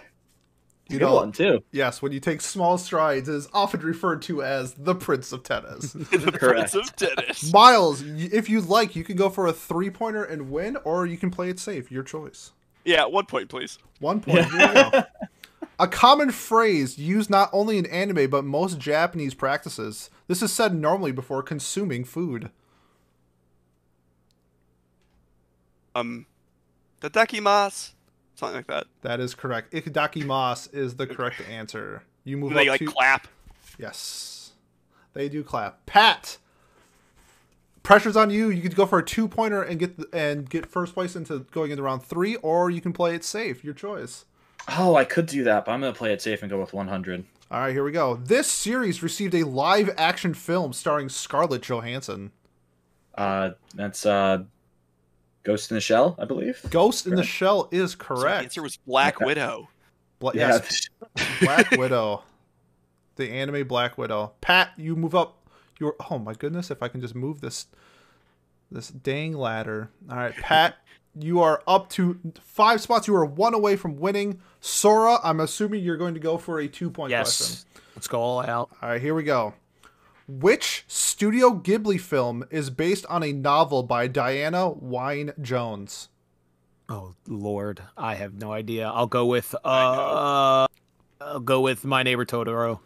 You
Good
know-
one too.
Yes, when you take small strides, it is often referred to as the Prince of Tennis.
the Prince of Tennis.
Miles, y- if you'd like, you can go for a three pointer and win, or you can play it safe. Your choice.
Yeah, one point, please.
One point. Here we go. A common phrase used not only in anime but most Japanese practices. This is said normally before consuming food.
Um, Tadakimasu, something like that.
That is correct. Ikidaki mas is the correct answer. You move
And
up
they like
to
clap.
yes, they do clap. Pat, pressure's on you. You could go for a two pointer and get the, and get first place into going into round three, or you can play it safe. Your choice.
Oh, I could do that, but I'm gonna play it safe and go with 100.
All right, here we go. This series received a live action film starring Scarlett Johansson.
Uh, that's uh, Ghost in the Shell, I believe.
Ghost in the Shell is
So the
correct.
answer was Black
Okay.
Widow.
Bla-
yeah,
yes, Black Widow. The anime Black Widow. Pat, you move up. Your oh my goodness, if I can just move this this dang ladder. All right, Pat, you are up to five spots. You are one away from winning. Sora, I'm assuming you're going to go for a two point question.
Let's go all out.
All right, here we go. Which Studio Ghibli film is based on a novel by Diana Wynne Jones?
Oh Lord, I have no idea. I'll go with uh,
I
uh I'll go with my neighbor Totoro.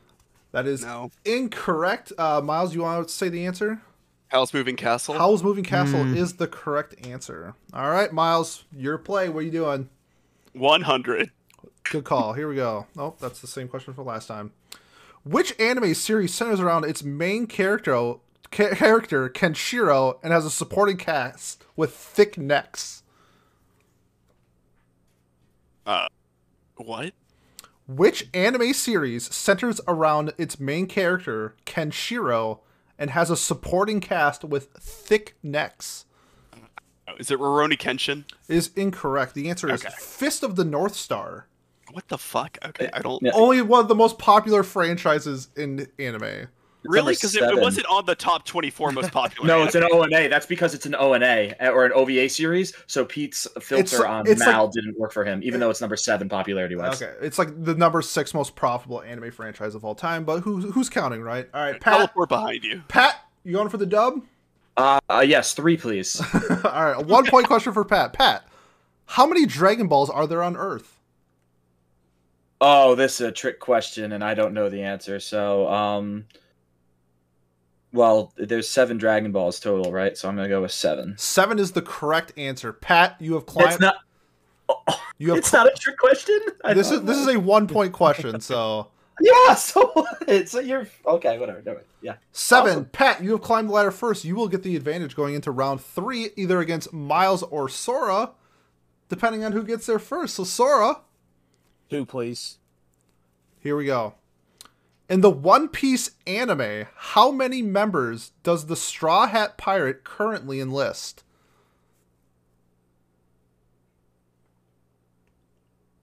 That is
No.
incorrect. Uh, Miles, you want to say the answer?
Howl's Moving Castle.
Howl's Moving Castle
Hmm.
is the correct answer. All right, Miles, your play. What are you doing?
100.
Good call. Here we go. Oh, that's the same question for last time. Which anime series centers around its main character, ca- character Kenshiro, and has a supporting cast with thick necks?
What?
Which anime series centers around its main character Kenshiro and has a supporting cast with thick necks?
Oh, Is it Roroni Kenshin?
Is incorrect. The answer is
Okay.
Fist of the North Star.
What the fuck? Okay, I don't
Yeah.
Only one of the most popular franchises in anime.
really
number
because it, it
seven.
wasn't on the top twenty-four most popular.
No, it's an
anime.
ONA. That's because it's an ONA uh, or an OVA series. So Pete's filter
It's-
on
it's
Mal didn't work for him, even though it's number seven popularity wise.
Okay, it's like the number six most profitable anime franchise of all time, but who, who's counting, right? All right, Pat.
teleport behind you.
Pat, you going for the dub?
Uh, uh, yes, three, please.
all right, a one point question for Pat. Pat, how many Dragon Balls are there on Earth?
oh, this is a trick question, and I don't know the answer. So, um, well, there's seven Dragon Balls total, right? So I'm gonna go with seven.
Seven is the correct answer. Pat, you have
It's
climbed.
not.
you have
it's not a trick question. I
this
thought
is
it
this is
was.
a one point question. So
yeah. So what? So you're okay. Whatever. No, yeah.
seven,
Awesome.
Pat, you have climbed the ladder first. You will get the advantage going into round three, either against Miles or Sora, depending on who gets there first. So Sora,
Who, please?
here we go. In the One Piece anime, how many members does the Straw Hat Pirate currently enlist?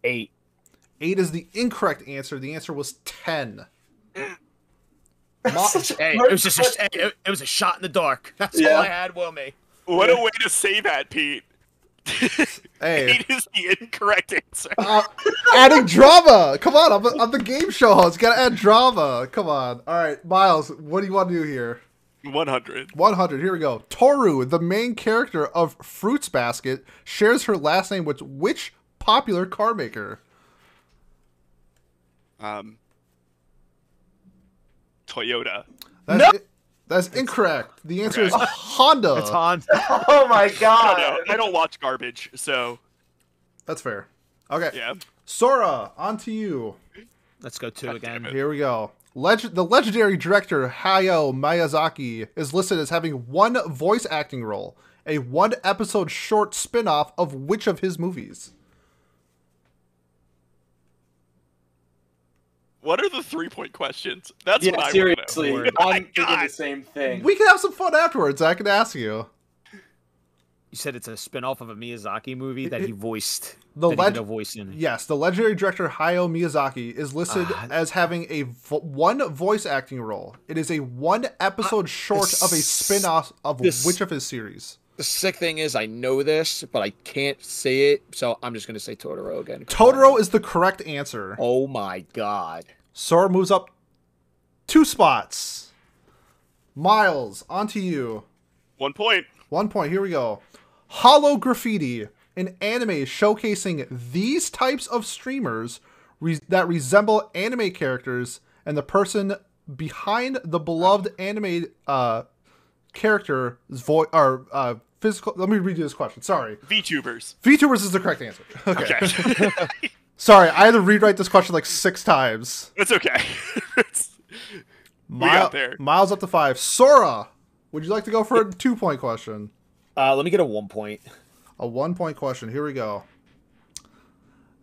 Eight.
Eight is the incorrect answer. The answer was ten. Ma-
Such a
Hey,
hard
it was just a,
question.
hey, it, it was a shot in the dark. That's
Yeah.
all I had, Wilmy.
What a way to say that, Pete.
hey,
Eight is the incorrect answer.
uh, adding drama. Come on, I'm, I'm the game show host. Gotta add drama. Come on. All right, Miles, what do you want to do here?
One hundred.
100. Here we go. Toru, the main character of Fruits Basket, shares her last name with which popular car maker?
Um, Toyota.
That's, that's incorrect. The answer is
Okay.
Honda.
It's Hans.
Oh my
I
god.
don't know. I don't watch garbage, so
That's fair. Okay.
yeah.
Sora, on to you.
Let's go two again.
Here we go. Leg- the legendary director Hayao Miyazaki is listed as having one voice acting role, a one episode short spin off of which of his movies?
What are the three-point questions? That's what
yeah,
I
seriously,
Want to know. Oh My
I'm thinking the
God.
same thing.
We can have some fun afterwards. I can ask you.
You said it's a spin-off of a Miyazaki movie that he voiced.
The
that he did
leg-
a voice in.
Yes, the legendary director Hayao Miyazaki is listed
Ah.
as having a vo- one voice acting role. It is a one episode short of a
Ah, this-
spin off of
this-
which of his series?
The sick thing is, I know this, but I can't say it, so I'm just gonna say Totoro again.
Totoro is the correct answer.
Oh my god.
Sora moves up two spots. Miles, onto you.
One point.
One point. Here we go. Hollow Graffiti, an anime showcasing these types of streamers re- that resemble anime characters and the person behind the beloved anime uh, character's voice or uh, physical. Let me redo this question. Sorry.
VTubers.
VTubers is the correct answer. Okay.
Okay,
Sorry, I had to rewrite this question like six times.
that's okay. It's-
We
got there.
Miles up to five. Sora, would you like to go for a two point question?
Uh, let me get a one point.
A one point question. Here we go.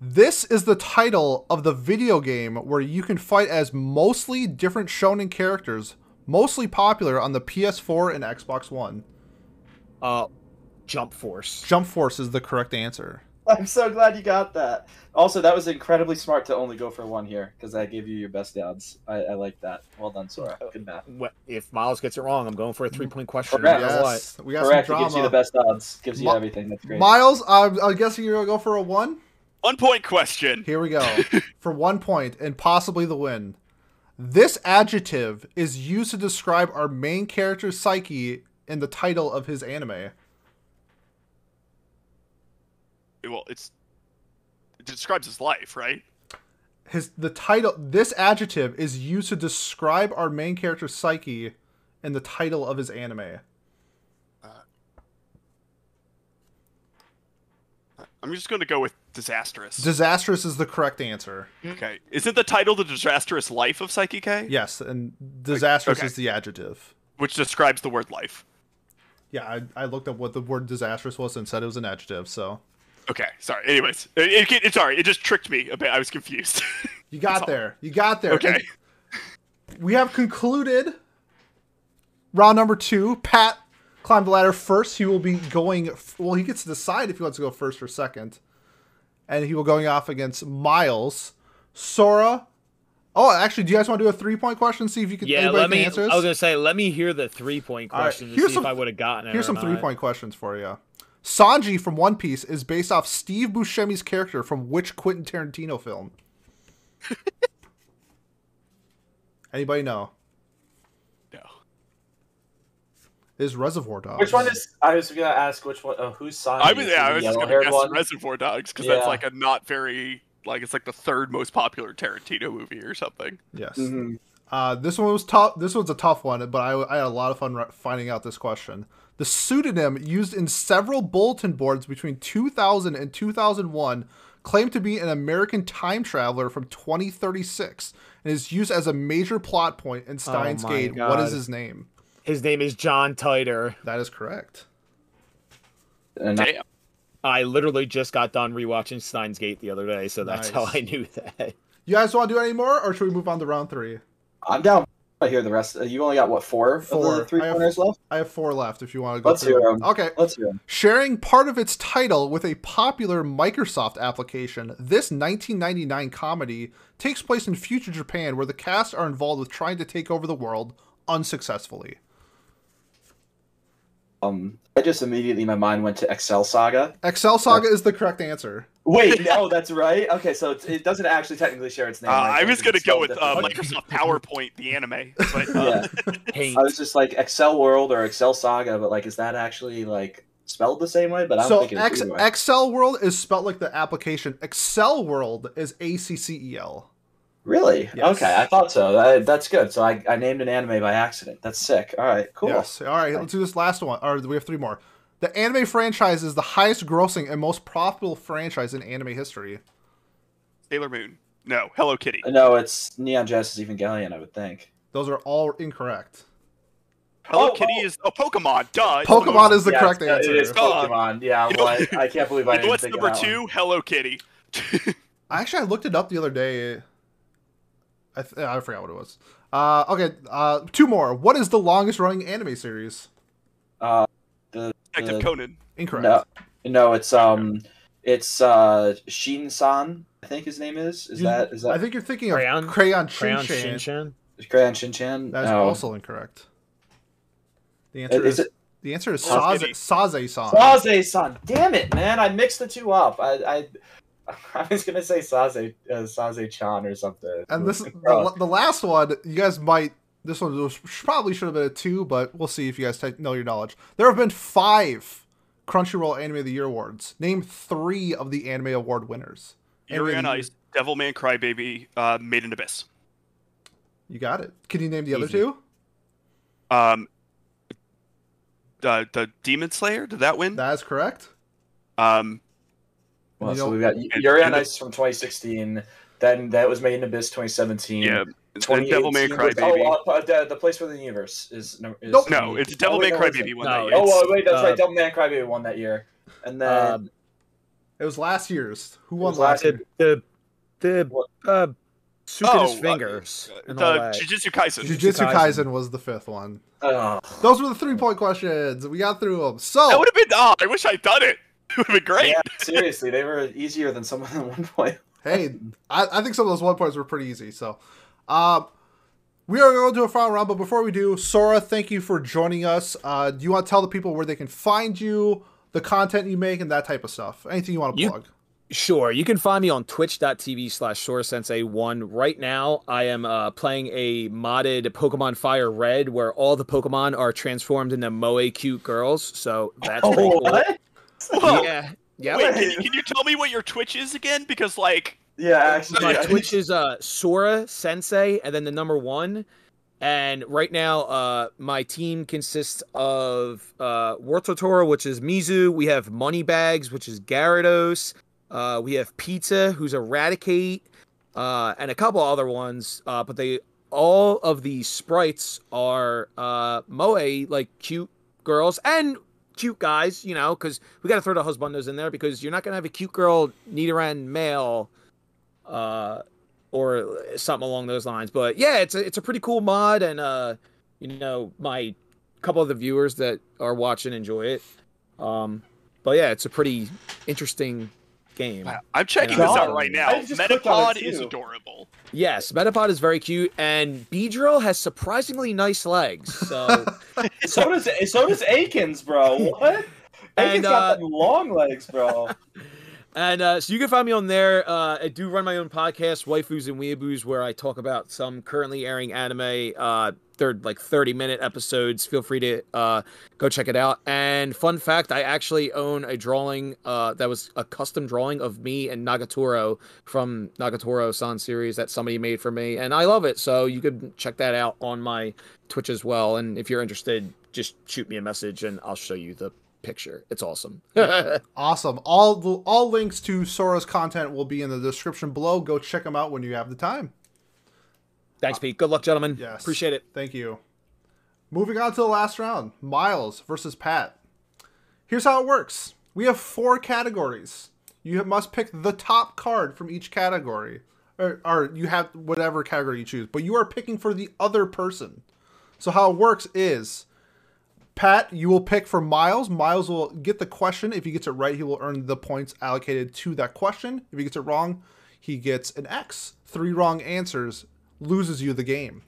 This is the title of the video game where you can fight as mostly different shonen characters, mostly popular on the PS4 and Xbox One.
Uh, Jump Force.
Jump Force is the correct answer.
I'm so glad you got that. Also, that was incredibly smart to only go for one here because I gave you your best odds. I, I like that. Well done, Sora. Good math.
Wh- If Miles gets it wrong, I'm going for a three-point question.
Correct.
No matter what.
Yes, we got
Correct. It
some
gives you the
drama.
best odds. Gives you
Mi-
everything. That's great.
Miles, I'm, I'm guessing you're gonna go for a one.
One point question.
Here we go. For one point and possibly the win. This adjective is used to describe our main character's psyche in the title of his anime.
Well, it's it describes his life, right?
His the title this adjective is used to describe our main character's psyche in the title of his anime.
I'm just going to go with disastrous.
Disastrous is the correct answer.
okay, isn't the title the disastrous life of Psyche K,
Yes, and disastrous
Okay.
is the adjective.
which describes the word life?
Yeah, I, I looked up what the word disastrous was and said it was an adjective. So
Okay, sorry. Anyways, it, it, it- sorry, it just tricked me a bit. I was confused.
you got there. You got there.
okay,
And we have concluded round number two. Pat climbed the ladder first. He will be going. f- Well, he gets to decide if he wants to go first or second, and he will going off against Miles, Sora. Oh, actually, do you guys want to do a three point question? See if you can.
Yeah,
anybody
let
can
me. I was
answer this?
gonna say, let me hear the three point
All right,
question to
here's
see
some-
if I would have gotten it.
Here's
or
some
not.
three point questions for you. Sanji from One Piece is based off Steve Buscemi's character from which Quentin Tarantino film? Anybody know?
no.
It Is Reservoir Dogs?
Which one is? I was gonna ask which one. Oh, who's Sanji?
I was, yeah, I
The
was just gonna
yellow-haired
guess
one?
Reservoir Dogs because
Yeah.
that's like a not very like it's like the third most popular Tarantino movie or something.
Yes.
Mhm.
Uh, this one was tough. This one's a tough one, but I, I had a lot of fun ri- finding out this question. The pseudonym used in several bulletin boards between 2000 and 2001 claimed to be an American time traveler from 2036 and is used as a major plot point in Steins
Oh my
Gate. What is
God.
his name?
His name is John Titer.
That is correct.
And I-
Damn.
I literally just got done rewatching Steins Gate the other day, so that's
Nice.
how I knew that.
You guys want to do any more, or should we move on to round three?
I'm down. I hear the rest. uh, You only got what four, of
Four.
the three
I have-
pointers left.
I have four left. If you want to go
Let's
through
hear
them.
'em.
Okay.
Let's hear 'em.
Sharing part of its title with a popular Microsoft application, this 1999 comedy takes place in future Japan where the cast are involved with trying to take over the world unsuccessfully.
Um, I just immediately my mind went to Excel Saga.
Excel Saga is the correct answer.
Wait, no, that's right. Okay, so it's, it doesn't actually technically share its
Uh,
name. right?
I was
It's
gonna go
spelled
with uh,
differently.
Microsoft PowerPoint, the anime, but
yeah.
uh,
Paint.
I was just like Excel World or Excel Saga, but like, is that actually like spelled the same way? But I don't
So
think it's
X-
either way.
Excel World is spelled like the application. Excel World is A C C E L.
really.
Yes.
Okay, I thought so. That, that's good. So I, I named an anime by accident. That's sick. All right, cool.
Yes. All right, let's do this last one. Or we have three more. The anime franchise is the highest grossing and most profitable franchise in anime history.
Sailor Moon. No, Hello Kitty.
No, it's Neon Genesis Evangelion. I would think.
Those are all incorrect.
Hello
Oh,
Kitty
oh.
is oh Pokemon. Duh. it's
Pokemon is the
Yeah,
correct
it's-
answer.
It is
Oh.
Pokemon. Yeah,
You know-
well, I, I can't believe I
You
didn't
know what's
think of
number
that one.
two? Hello Kitty.
Actually, I looked it up the other day. I th- I forgot what it was. Uh, okay, uh, two more. What is the longest running anime series?
Uh, the
Detective
Uh,
Conan.
Incorrect.
no, no, it's um, it's uh, Shin San. I think his name is. Is
You-
that is
I
that
think you're thinking of Crayon,
Crayon-
Crayon
Crayon
Shin-Chan.
Shinchan.
Crayon Shin Chan?
That is
no.
also incorrect. The answer
Oh. Is
is,
it-
the answer is
Oh,
Saze
Kitty.
Saze-san.
Saze san. Damn it, man. I mixed the two up. I I, I was gonna say Saze uh, Saze chan or something.
And this is
Oh,
the, the last one. You guys might this one was, probably should have been a two, but we'll see if you guys take know your knowledge. There have been five Crunchyroll Anime of the Year awards. Name three of the Anime Award winners. Anime
Yuri
of
on
the Year-
Ice. Devilman Crybaby. Uh, Maiden Abyss.
You got it. Can you name the other
Easy.
two?
Um, the the Demon Slayer. Did that win?
That is correct.
Um,
well,
you
so
know-
we got Yuri on Ice from 2016. Then that was Made in Abyss 2017.
yeah. and Devilman
2018 was-
Crybaby.
Oh, uh, the, the place within the universe is. no- is
Nope.
No, it's
Oh,
Devil
wait,
May
no,
Cry
it's-
Baby one
No,
night.
it's-
Oh well, wait, that's
uh,
right. Devil Man Crybaby won that year, and then
Uh,
It was last year's. Who
It
won
was
last
last
year?
the the the
What?
uh, soup in
Oh,
his
uh,
fingers. and all
the
that.
Jujutsu Kaisen.
Jujutsu
Kaisen.
Kaisen was the fifth one.
Ugh.
Those were the three point questions. We got through them. So
That would have been. Oh, I wish I'd done it. It would have been great.
yeah, seriously, they were easier than someone at one point.
hey, I, I think some of those one points were pretty easy. So, uh, we are going to do a final round, but before we do, Sora, thank you for joining us. Uh, do you want to tell the people where they can find you, the content you make, and that type of stuff? Anything you want to
You-
plug?
Sure. You can find me on twitch.tv slash shoresensei1. Right now, I am uh, playing a modded Pokemon Fire Red where all the Pokemon are transformed into moe cute girls. So that's
Oh,
pretty cool.
Whoa.
Yeah. Yeah.
Wait, can you, can you tell me what your Twitch is again? Because like,
Yeah,
My
actually, I-
Twitch is uh, Sora Sensei and then the number one. And right now, uh, my team consists of uh, Wartotora, which is Mizu. We have Moneybags, which is Gyarados. Uh, we have Pizza, who's Eradicate, uh, and a couple other ones. Uh, but they all of the sprites are uh, moe, like cute girls and cute guys. You know, because we got to throw the husbandos in there because you're not gonna have a cute girl Nidoran male, uh, or something along those lines. But yeah, it's a it's a pretty cool mod, and uh, you know, my couple of the viewers that are watching enjoy it. Um, but yeah, it's a pretty interesting game.
I'm checking
Yeah.
this out right now.
I just clicked on
Metapod
it,
is
too.
adorable.
Yes, Metapod is very cute, and Beedrill has surprisingly nice legs. So
So does so does Akins, bro. What?
And,
Akins got them long legs, bro.
And uh, so you can find me on there. Uh, I do run my own podcast, Waifus and Weeaboos, where I talk about some currently airing anime. Uh, they're like 30 minute episodes. Feel free to uh, go check it out. And fun fact I actually own a drawing uh, that was a custom drawing of me and Nagatoro from Nagatoro San series that somebody made for me. And I love it. So you can check that out on my Twitch as well. And if you're interested, just shoot me a message and I'll show you the picture. It's awesome.
Awesome. All the all links to Sora's content will be in the description below. Go check them out when you have the time.
Thanks, Pete. Good luck, gentlemen.
Yes.
Appreciate it.
Thank you. Moving on to the last round Miles versus Pat. Here's how it works we have four categories. You must pick the top card from each category, or, or you have whatever category you choose, but you are picking for the other person. So, how it works is Pat, you will pick for Miles. Miles will get the question. If he gets it right, he will earn the points allocated to that question. If he gets it wrong, he gets an X. Three wrong answers loses you the game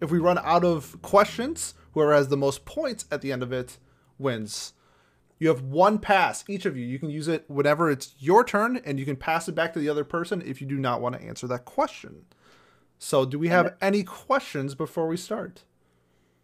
if we run out of questions, whoever has the most points at the end of it wins. You have one pass, each of you. You can use it whenever it's your turn, and you can pass it back to the other person if you do not want to answer that question. So, do we have any questions before we start?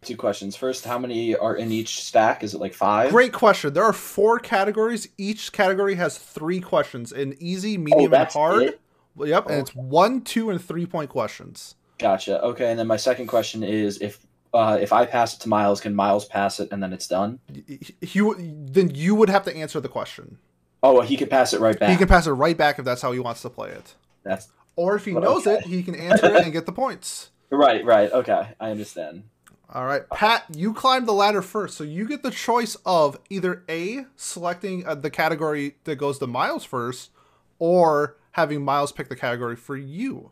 Two questions. First, how many are in each stack? Is it like five?
Great question. There are four categories. Each category has three questions an easy,
Oh,
medium, and
that's
hard.
it? Oh.
Well, Yep, and it's one, two, and three point questions.
Gotcha. Okay, and then my second question is if uh, if I pass it to Miles, can Miles pass it and then it's done?
Y- y- He, w- then you would have to answer the question.
Oh, well, he could pass it right back.
He can pass it right back if that's how he wants to play it.
That's
Or if he
Okay.
knows it, he can answer it and get the points.
right, right. Okay, I understand.
All right, Pat, you climb the ladder first, so you get the choice of either A, selecting uh, the category that goes to Miles first, or having Miles pick the category for you.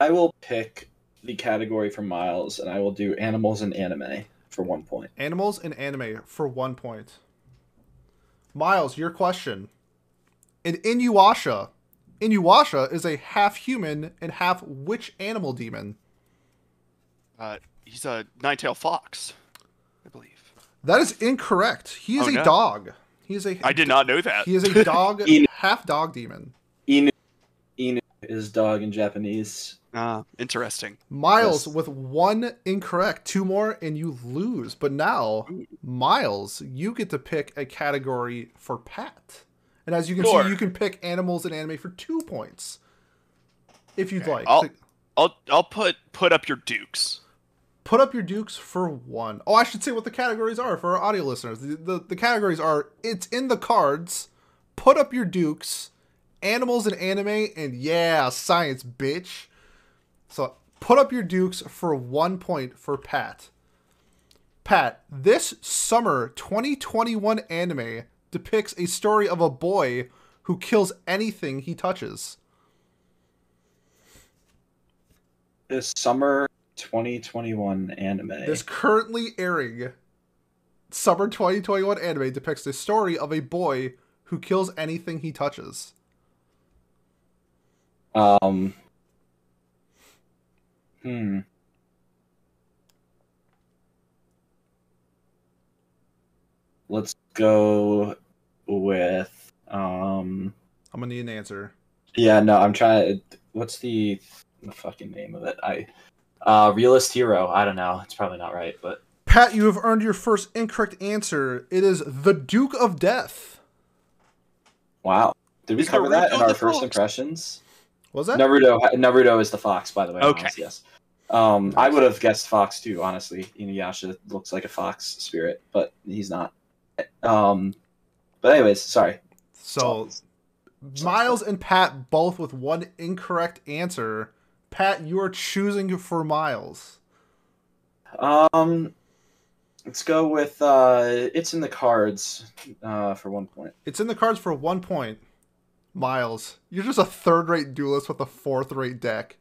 I will pick the category for Miles, and I will do animals and anime for one point.
Animals and anime for one point. Miles, your question. In Inuyasha, Inuyasha is a half human and half witch animal demon.
Uh, he's a nine-tailed fox, I believe.
That is incorrect. He is
Oh,
a
no.
dog. He is a
I did not know that.
He is a dog,
Inu.
half dog demon.
Inu, Inu is dog in Japanese.
Ah, interesting.
Miles
Yes.
with one incorrect, two more, and you lose. But now, Miles, you get to pick a category for Pat. And as you can
Sure.
see, you can pick animals and anime for two points. If you'd like.
I'll-
to
I'll I'll put put up your dukes.
put up your dukes for one. Oh, I should say what the categories are for our audio listeners. The, the, the categories are it's in the cards, put up your dukes, animals and anime, and yeah, science, bitch. So put up your dukes for one point for Pat. Pat, this summer 2021 anime depicts a story of a boy who kills anything he touches.
This summer 2021 anime.
This currently airing summer 2021 anime depicts the story of a boy who kills anything he touches.
Um. Hmm. Let's go with um.
I'm gonna need an answer.
Yeah, no, I'm trying. What's the, the fucking name of it? I, uh, realist hero. I don't know. It's probably not right, but
Pat, you have earned your first incorrect answer. It is the Duke of Death.
wow. Did we
Is
cover that
Naruto
in our
the
first
fox?
impressions?
Was that?
Naruto. Naruto is the fox, by the way.
Okay.
Miles, yes. Um, I would have guessed fox too. Honestly, Inuyasha looks like a fox spirit, but he's not. Um, but anyways, sorry.
So Miles and Pat both with one incorrect answer. Pat, you are choosing for Miles.
Um, let's go with uh, it's in the cards uh, for one point.
It's in the cards for one point. Miles, you're just a third rate duelist with a fourth rate deck.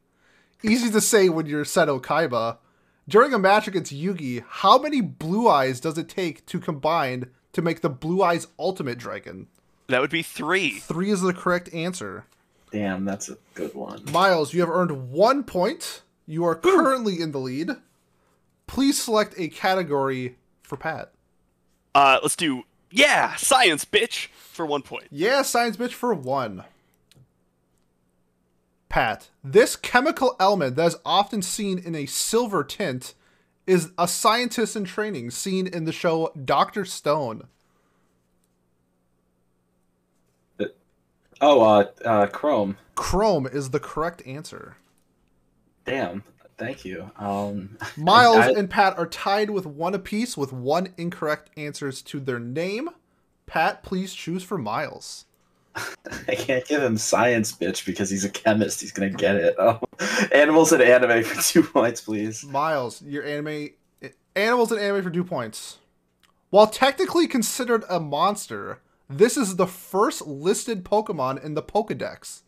Easy to say when you're Seto Kaiba. During a match against Yugi, how many blue eyes does it take to combine to make the blue eyes ultimate dragon?
That would be three.
Three is the correct answer.
Damn, that's a good one.
Miles, you have earned one point. You are currently in the lead. Please select a category for Pat.
Uh, let's do yeah, science, bitch, for one point.
Yeah, science bitch for one. Pat, this chemical element that is often seen in a silver tint is a scientist in training seen in the show Doctor Stone.
Oh, uh, uh, Chrome.
Chrome is the correct answer.
Damn, thank you. Um,
Miles
I-
and Pat are tied with one apiece with one incorrect answers to their name. Pat, please choose for Miles.
I can't give him science, bitch, because he's a chemist. He's gonna get it. Oh, animals and anime for two points, please.
Miles, your anime animals in anime for two points. While technically considered a monster, this is the first listed Pokemon in the Pokedex.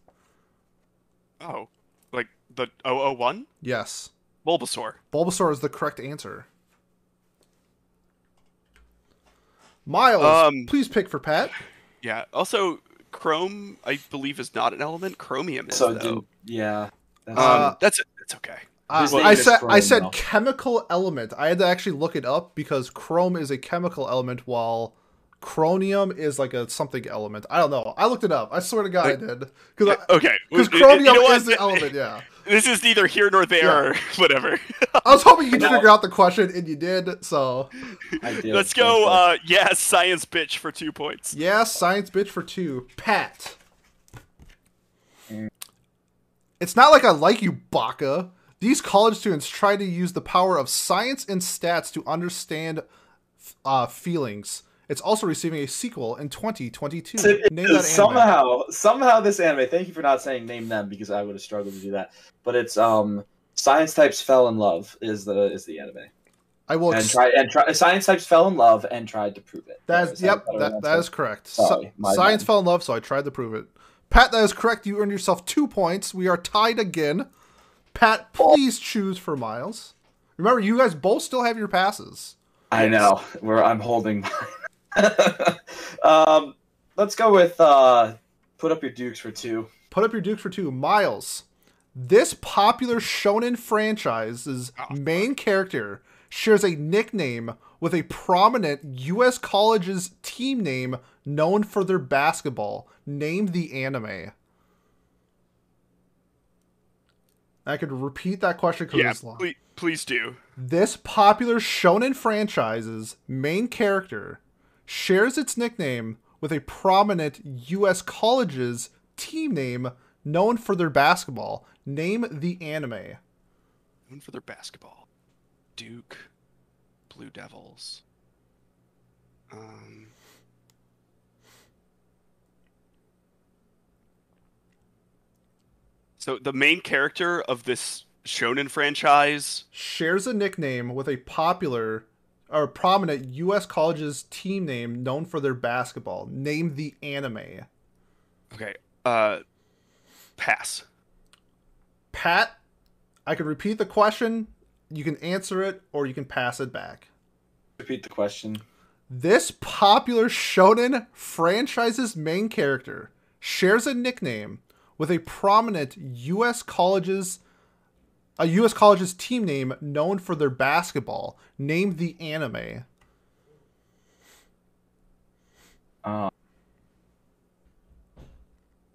Oh, like the 001?
Yes,
Bulbasaur.
Bulbasaur is the correct answer. Miles,
Um,
please pick for Pat.
Yeah. Also, chrome, I believe, is not an element. Chromium is,
So,
though.
dude, yeah.
Um,
That's-
Uh,
that's that's okay.
Uh,
His name
I
is
said I
Chrome,
said
though.
chemical element. I had to actually look it up because chrome is a chemical element, while chromium is like a something element. I don't know. I looked it up. I swear to God, I did because
Okay.
because
You know
uh, chromium
what?
is an element. Yeah,
This is neither here nor there or whatever.
I was hoping you'd
No.
figure out the question, and you did. So
I did.
Let's go.
Thank
Uh, yeah, science, bitch, for two points.
yeah, science bitch for two. Pat, it's not like I like you, Baka. These college students try to use the power of science and stats to understand uh, feelings. It's also receiving a sequel in 2022.
you. It
Name
is
that anime.
uh, somehow, somehow, this anime. Thank you for not saying name them because I would have struggled to do that. But it's um, science types fell in love is the is the anime
I will.
and
ex-
try and try science types fell in love and tried to prove it.
that is,
Sorry,
yep,
I don't
that,
want
that
to-
is correct.
Sorry,
Sci-
my
science
bad.
fell in love, so I tried to prove it. Pat, that is correct. You earned yourself two points. We are tied again. Pat, please choose for Miles. Remember, you guys both still have your passes.
I know where I'm holding mine. um, let's go with uh, put up your dukes for two.
Put up your dukes for two. Miles. This popular shonen franchise's main character shares a nickname with a prominent U.S. college's team name known for their basketball. Name the anime. I could repeat that question because
Yeah,
it's long.
please, please do.
This popular shonen franchise's main character shares its nickname with a prominent U.S. college's team name known for their basketball. Name the anime.
Known for their basketball. Duke, Blue Devils. Um, so the main character of this shonen franchise.
Shares a nickname with a popular or prominent U.S. college's team name known for their basketball. Name the anime.
Okay. Uh, pass.
Pat, I could repeat the question. You can answer it or you can pass it back.
Repeat the question.
This popular shonen franchise's main character shares a nickname with a prominent U.S. college's a U.S. college's team name known for their basketball. Name the anime.
Uh,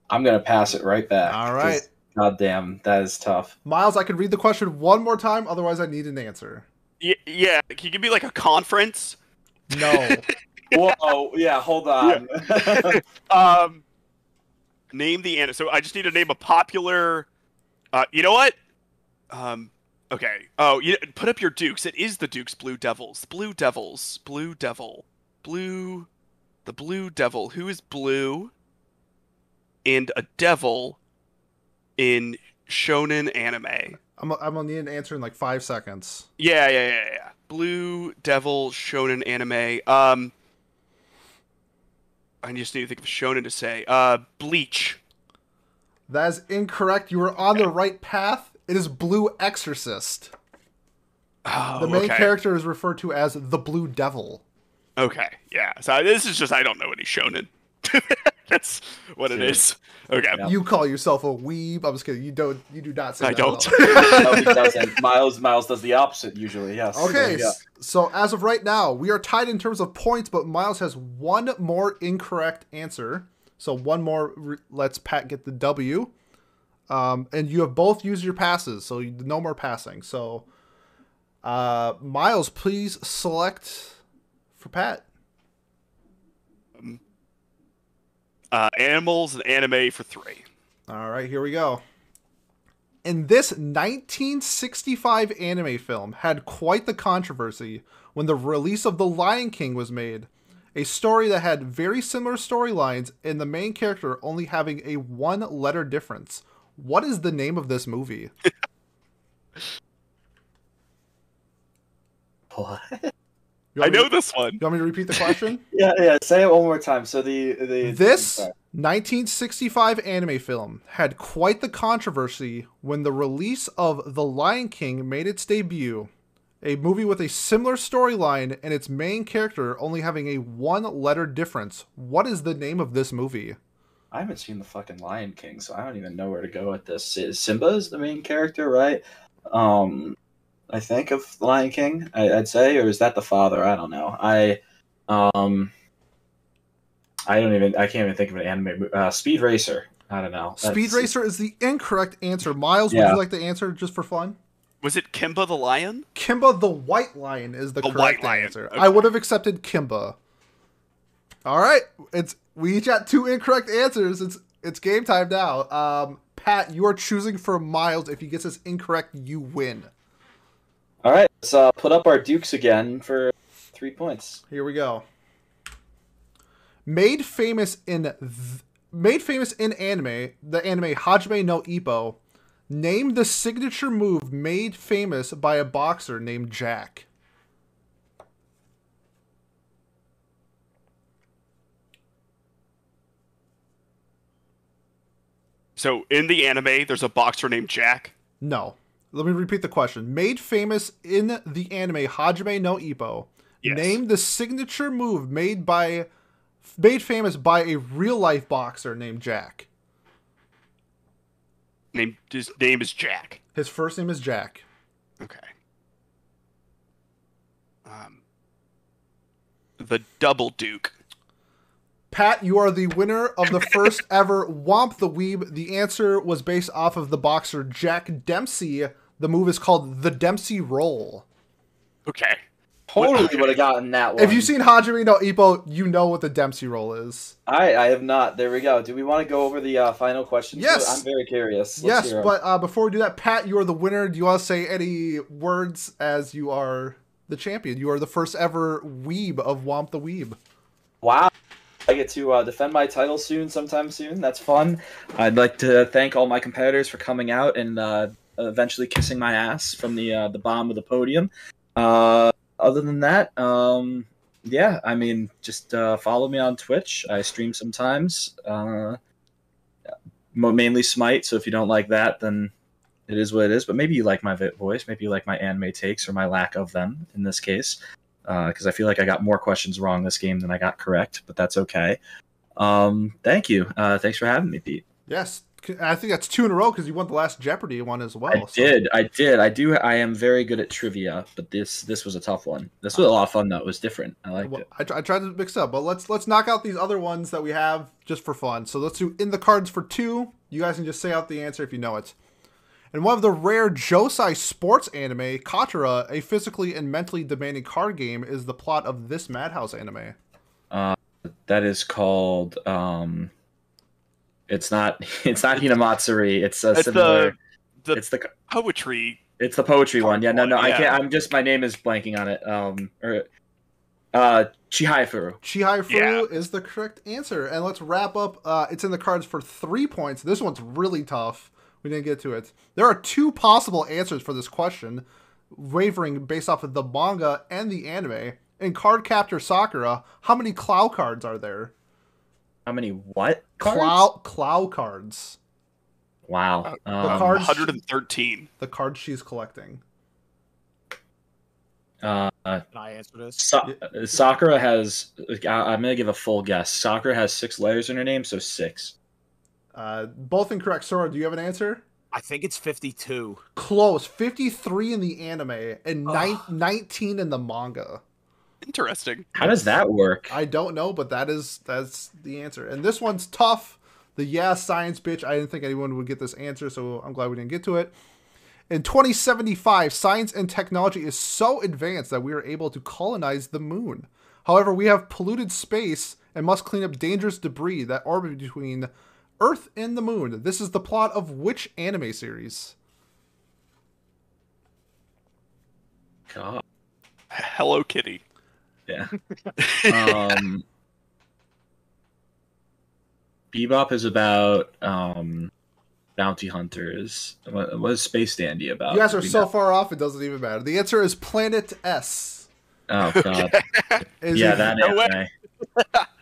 I'm gonna pass it right back.
All right.
'cause, Goddamn, that is tough.
Miles, I could read the question one more time, otherwise I need an answer.
Y- yeah, he could be like a conference.
No.
Whoa, yeah, hold on.
Um, name the anime. So I just need to name a popular. Uh, you know what? Um, okay. Oh, you put up your Dukes. It is the Dukes Blue Devils. Blue Devils. Blue Devil. Blue. The Blue Devil. Who is blue? and a devil in shonen anime.
I'm, I'm gonna need an answer in like five seconds.
Yeah, yeah, yeah, yeah. Blue Devil shonen anime. Um, I just need to think of shonen to say. Uh, Bleach.
That is incorrect. You were on the right path. It is Blue Exorcist.
Oh,
The main
okay.
character is referred to as the Blue Devil.
Okay, yeah. So this is just I don't know any shonen. That's what it
Dude.
is. Okay.
Yeah.
You call yourself a weeb. I'm just kidding. You don't. You do not say.
Oh. I
that at all.
don't.
No, he
okay.
doesn't.
Miles Miles does the opposite usually. Yes. Yeah.
s- So as of right now, we are tied in terms of points, but Miles has one more incorrect answer. So one more re- lets Pat get the W. Um, and you have both used your passes, so you, no more passing. So, uh, Miles, please select for Pat.
Uh, animals and anime for three.
All right, here we go. And this 1965 anime film had quite the controversy when the release of The Lion King was made, a story that had very similar storylines and the main character only having a one letter difference. What is the name of this movie?
What?
You
I
want me-
know this one.
You want me to repeat the question?
Yeah, yeah. Say it one more time. So the the
This
sorry.
1965 anime film had quite the controversy when the release of The Lion King made its debut, a movie with a similar storyline and its main character only having a one letter difference. What is the name of this movie?
I haven't seen the fucking Lion King, so I don't even know where to go with this. Si- Simba is the main character, right? Um, I think of Lion King. I, I'd say, or is that the father? I don't know. I, um, I don't even. I can't even think of an anime. mo- Uh, Speed Racer. I don't know.
Speed
That's-
Racer is the incorrect answer. Miles, would
Yeah.
you like the answer just for fun?
Was it Kimba the lion?
Kimba the White Lion is the,
The
correct
White Lion,
answer.
okay.
I would have accepted Kimba. All right, it's we each got two incorrect answers. It's it's game time now. Um, Pat, you are choosing for Miles. If he gets this incorrect, you win.
All right, let's uh, put up our dukes again for three points.
Here we go. Made famous in th- made famous in anime, the anime Hajime no Ippo, named the signature move made famous by a boxer named Jack.
So in the anime, there's a boxer named Jack.
No. Let me repeat the question. Made famous in the anime Hajime no Ippo,
Yes.
name the signature move made by made famous by a real life boxer named Jack.
Name his name is Jack.
His first name is Jack.
Okay. Um, the double duke.
Pat, you are the winner of the first ever Womp the Weeb. The answer was based off of the boxer Jack Dempsey. The move is called the Dempsey Roll.
Okay.
Totally would have gotten that one.
If you've seen Hajime no Ippo, you know what the Dempsey Roll is.
I, I have not. There we go. Do we want to go over the uh, final question?
Yes.
I'm very curious. Let's
yes,
hear 'em.
but uh, before we do that, Pat, you are the winner. Do you want to say any words as you are the champion? You are the first ever weeb of Womp the Weeb.
Wow. I get to uh, defend my title soon, sometime soon. That's fun. I'd like to thank all my competitors for coming out and uh, eventually kissing my ass from the uh, the bottom of the podium. Uh, other than that, um, yeah, I mean, just uh, follow me on Twitch. I stream sometimes, uh, mo- mainly Smite. So if you don't like that, then it is what it is. But maybe you like my vi- voice. Maybe you like my anime takes or my lack of them in this case because uh, I feel like I got more questions wrong this game than I got correct, but that's okay. Um, thank you. Uh, thanks for having me, Pete.
Yes, c- I think that's two in a row because you won the last Jeopardy one as well.
I
so-
did. I did. I do. I am very good at trivia, but this this was a tough one. This was a lot of fun though. It was different. I liked
Well,
it.
I, tr- I tried to mix up, but let's let's knock out these other ones that we have just for fun. So let's do in the cards for two. You guys can just say out the answer if you know it. In one of the rare Josei sports anime, Katara, a physically and mentally demanding card game, is the plot of this Madhouse anime.
Uh, That is called. Um, it's not. It's not Hinamatsuri. It's a
It's
similar.
the the
it's the
poetry.
it's the poetry one. Yeah. No. No. I
Yeah.
can't. I'm just. My name is blanking on it. Um. Or. Uh, Chihaya Furu.
Chihai Furu
Yeah.
is the correct answer. And let's wrap up. Uh, it's in the cards for three points. This one's really tough. We didn't get to it. There are two possible answers for this question, wavering based off of the manga and the anime. In Card Captor Sakura, how many clow cards are there?
How many what cards?
Clow clow cards.
Wow.
the
Um,
cards-
113.
The cards she's collecting.
uh, uh,
Can I answer this?
Sa- uh, Sakura has. I- I'm gonna give a full guess. Sakura has six letters in her name, so six.
Uh, both incorrect. Sora, do you have an answer?
I think it's 52.
Close. 53 in the anime and nine,
Ugh.
19 in the manga.
Interesting.
How does that work?
Oh,
I don't know, but that is that's the answer. And this one's tough. The yeah science bitch. I didn't think anyone would get this answer, so I'm glad we didn't get to it. In 2075, science and technology is so advanced that we are able to colonize the moon. However, we have polluted space and must clean up dangerous debris that orbit between Earth and the moon. This is the plot of which anime series?
God.
Hello Kitty.
Yeah. um, Bebop is about um, bounty hunters. What, what is Space Dandy about?
you guys are
Uh, We
so
know-
far off, it doesn't even matter. The answer is Planet S.
Oh God.
Is
yeah,
a-
that
No way.
anime.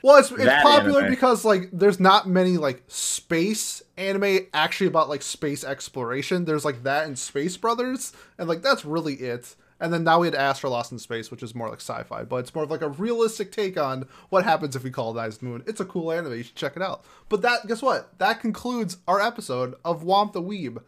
Well, it's, it's
That
popular
anime.
because like there's not many like space anime actually about like space exploration. There's like that in Space Brothers, and like that's really it. And then now we had Astro Lost in Space, which is more like sci-fi, but it's more of like a realistic take on what happens if we colonize the moon. It's a cool anime; you should check it out. But that, guess what? That concludes our episode of Womp the Weeb.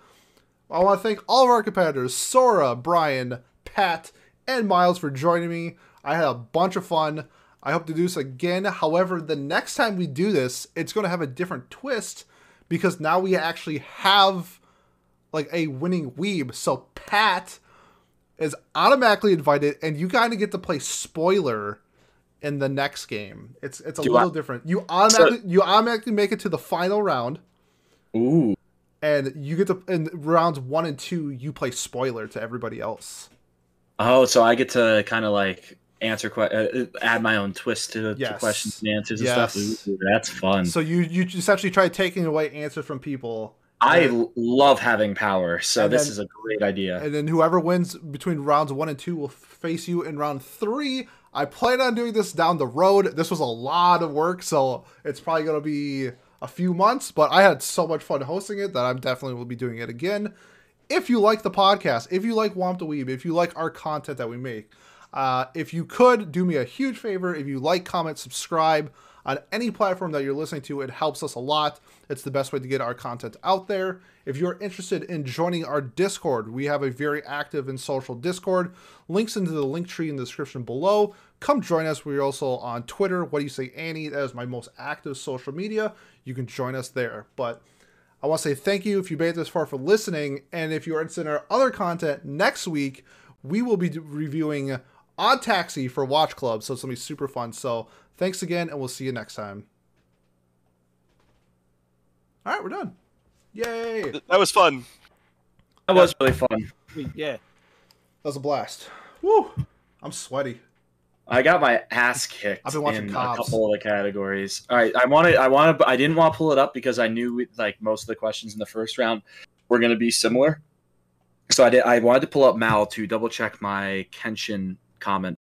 I want to thank all of our competitors, Sora, Brian, Pat, and Miles for joining me. I had a bunch of fun. I hope to do this again. However, the next time we do this, it's going to have a different twist because now we actually have like a winning weeb. So Pat is automatically invited, and you kind of get to play spoiler in the next game. It's it's a
Do I-
little different. You automatically you automatically make it to the final round
Ooh.
and you get to in rounds one and two you play spoiler to everybody else
Oh, so I get to kind of like answer que- uh, add my own twist to, to
Yes.
questions and answers and
Yes.
stuff. Ooh, that's fun.
so you you essentially try taking away answers from people
I l- love having power, so
And
this
then-
is a great idea.
and then whoever wins between rounds one and two will face you in round three i plan on doing this down the road this was a lot of work so it's probably going to be a few months but i had so much fun hosting it that i'm definitely will be doing it again if you like the podcast, if you like Womp the Weeb, if you like our content that we make, uh, if you could do me a huge favor, if you like, comment, subscribe on any platform that you're listening to, it helps us a lot. It's the best way to get our content out there. If you're interested in joining our Discord, we have a very active and social Discord. Links into the link tree in the description below. Come join us. We're also on Twitter. What do you say, Annie? That is my most active social media. You can join us there. But I want to say thank you if you made it this far for listening. And if you are interested in our other content next week, we will be reviewing Odd Taxi for Watch Club. So it's going to be super fun. So thanks again, and we'll see you next time. All right, we're done. Yay. That
Th- That was fun.
That was really fun.
Yeah.
was a blast. Woo. I'm sweaty.
I got my ass kicked
I've been watching
in
Cops.
a couple of the categories. All right, I wanted, I wanted, I didn't want to pull it up because I knew we- like most of the questions in the first round were going to be similar. So I did. I wanted to pull up Mal to double check my Kenshin comment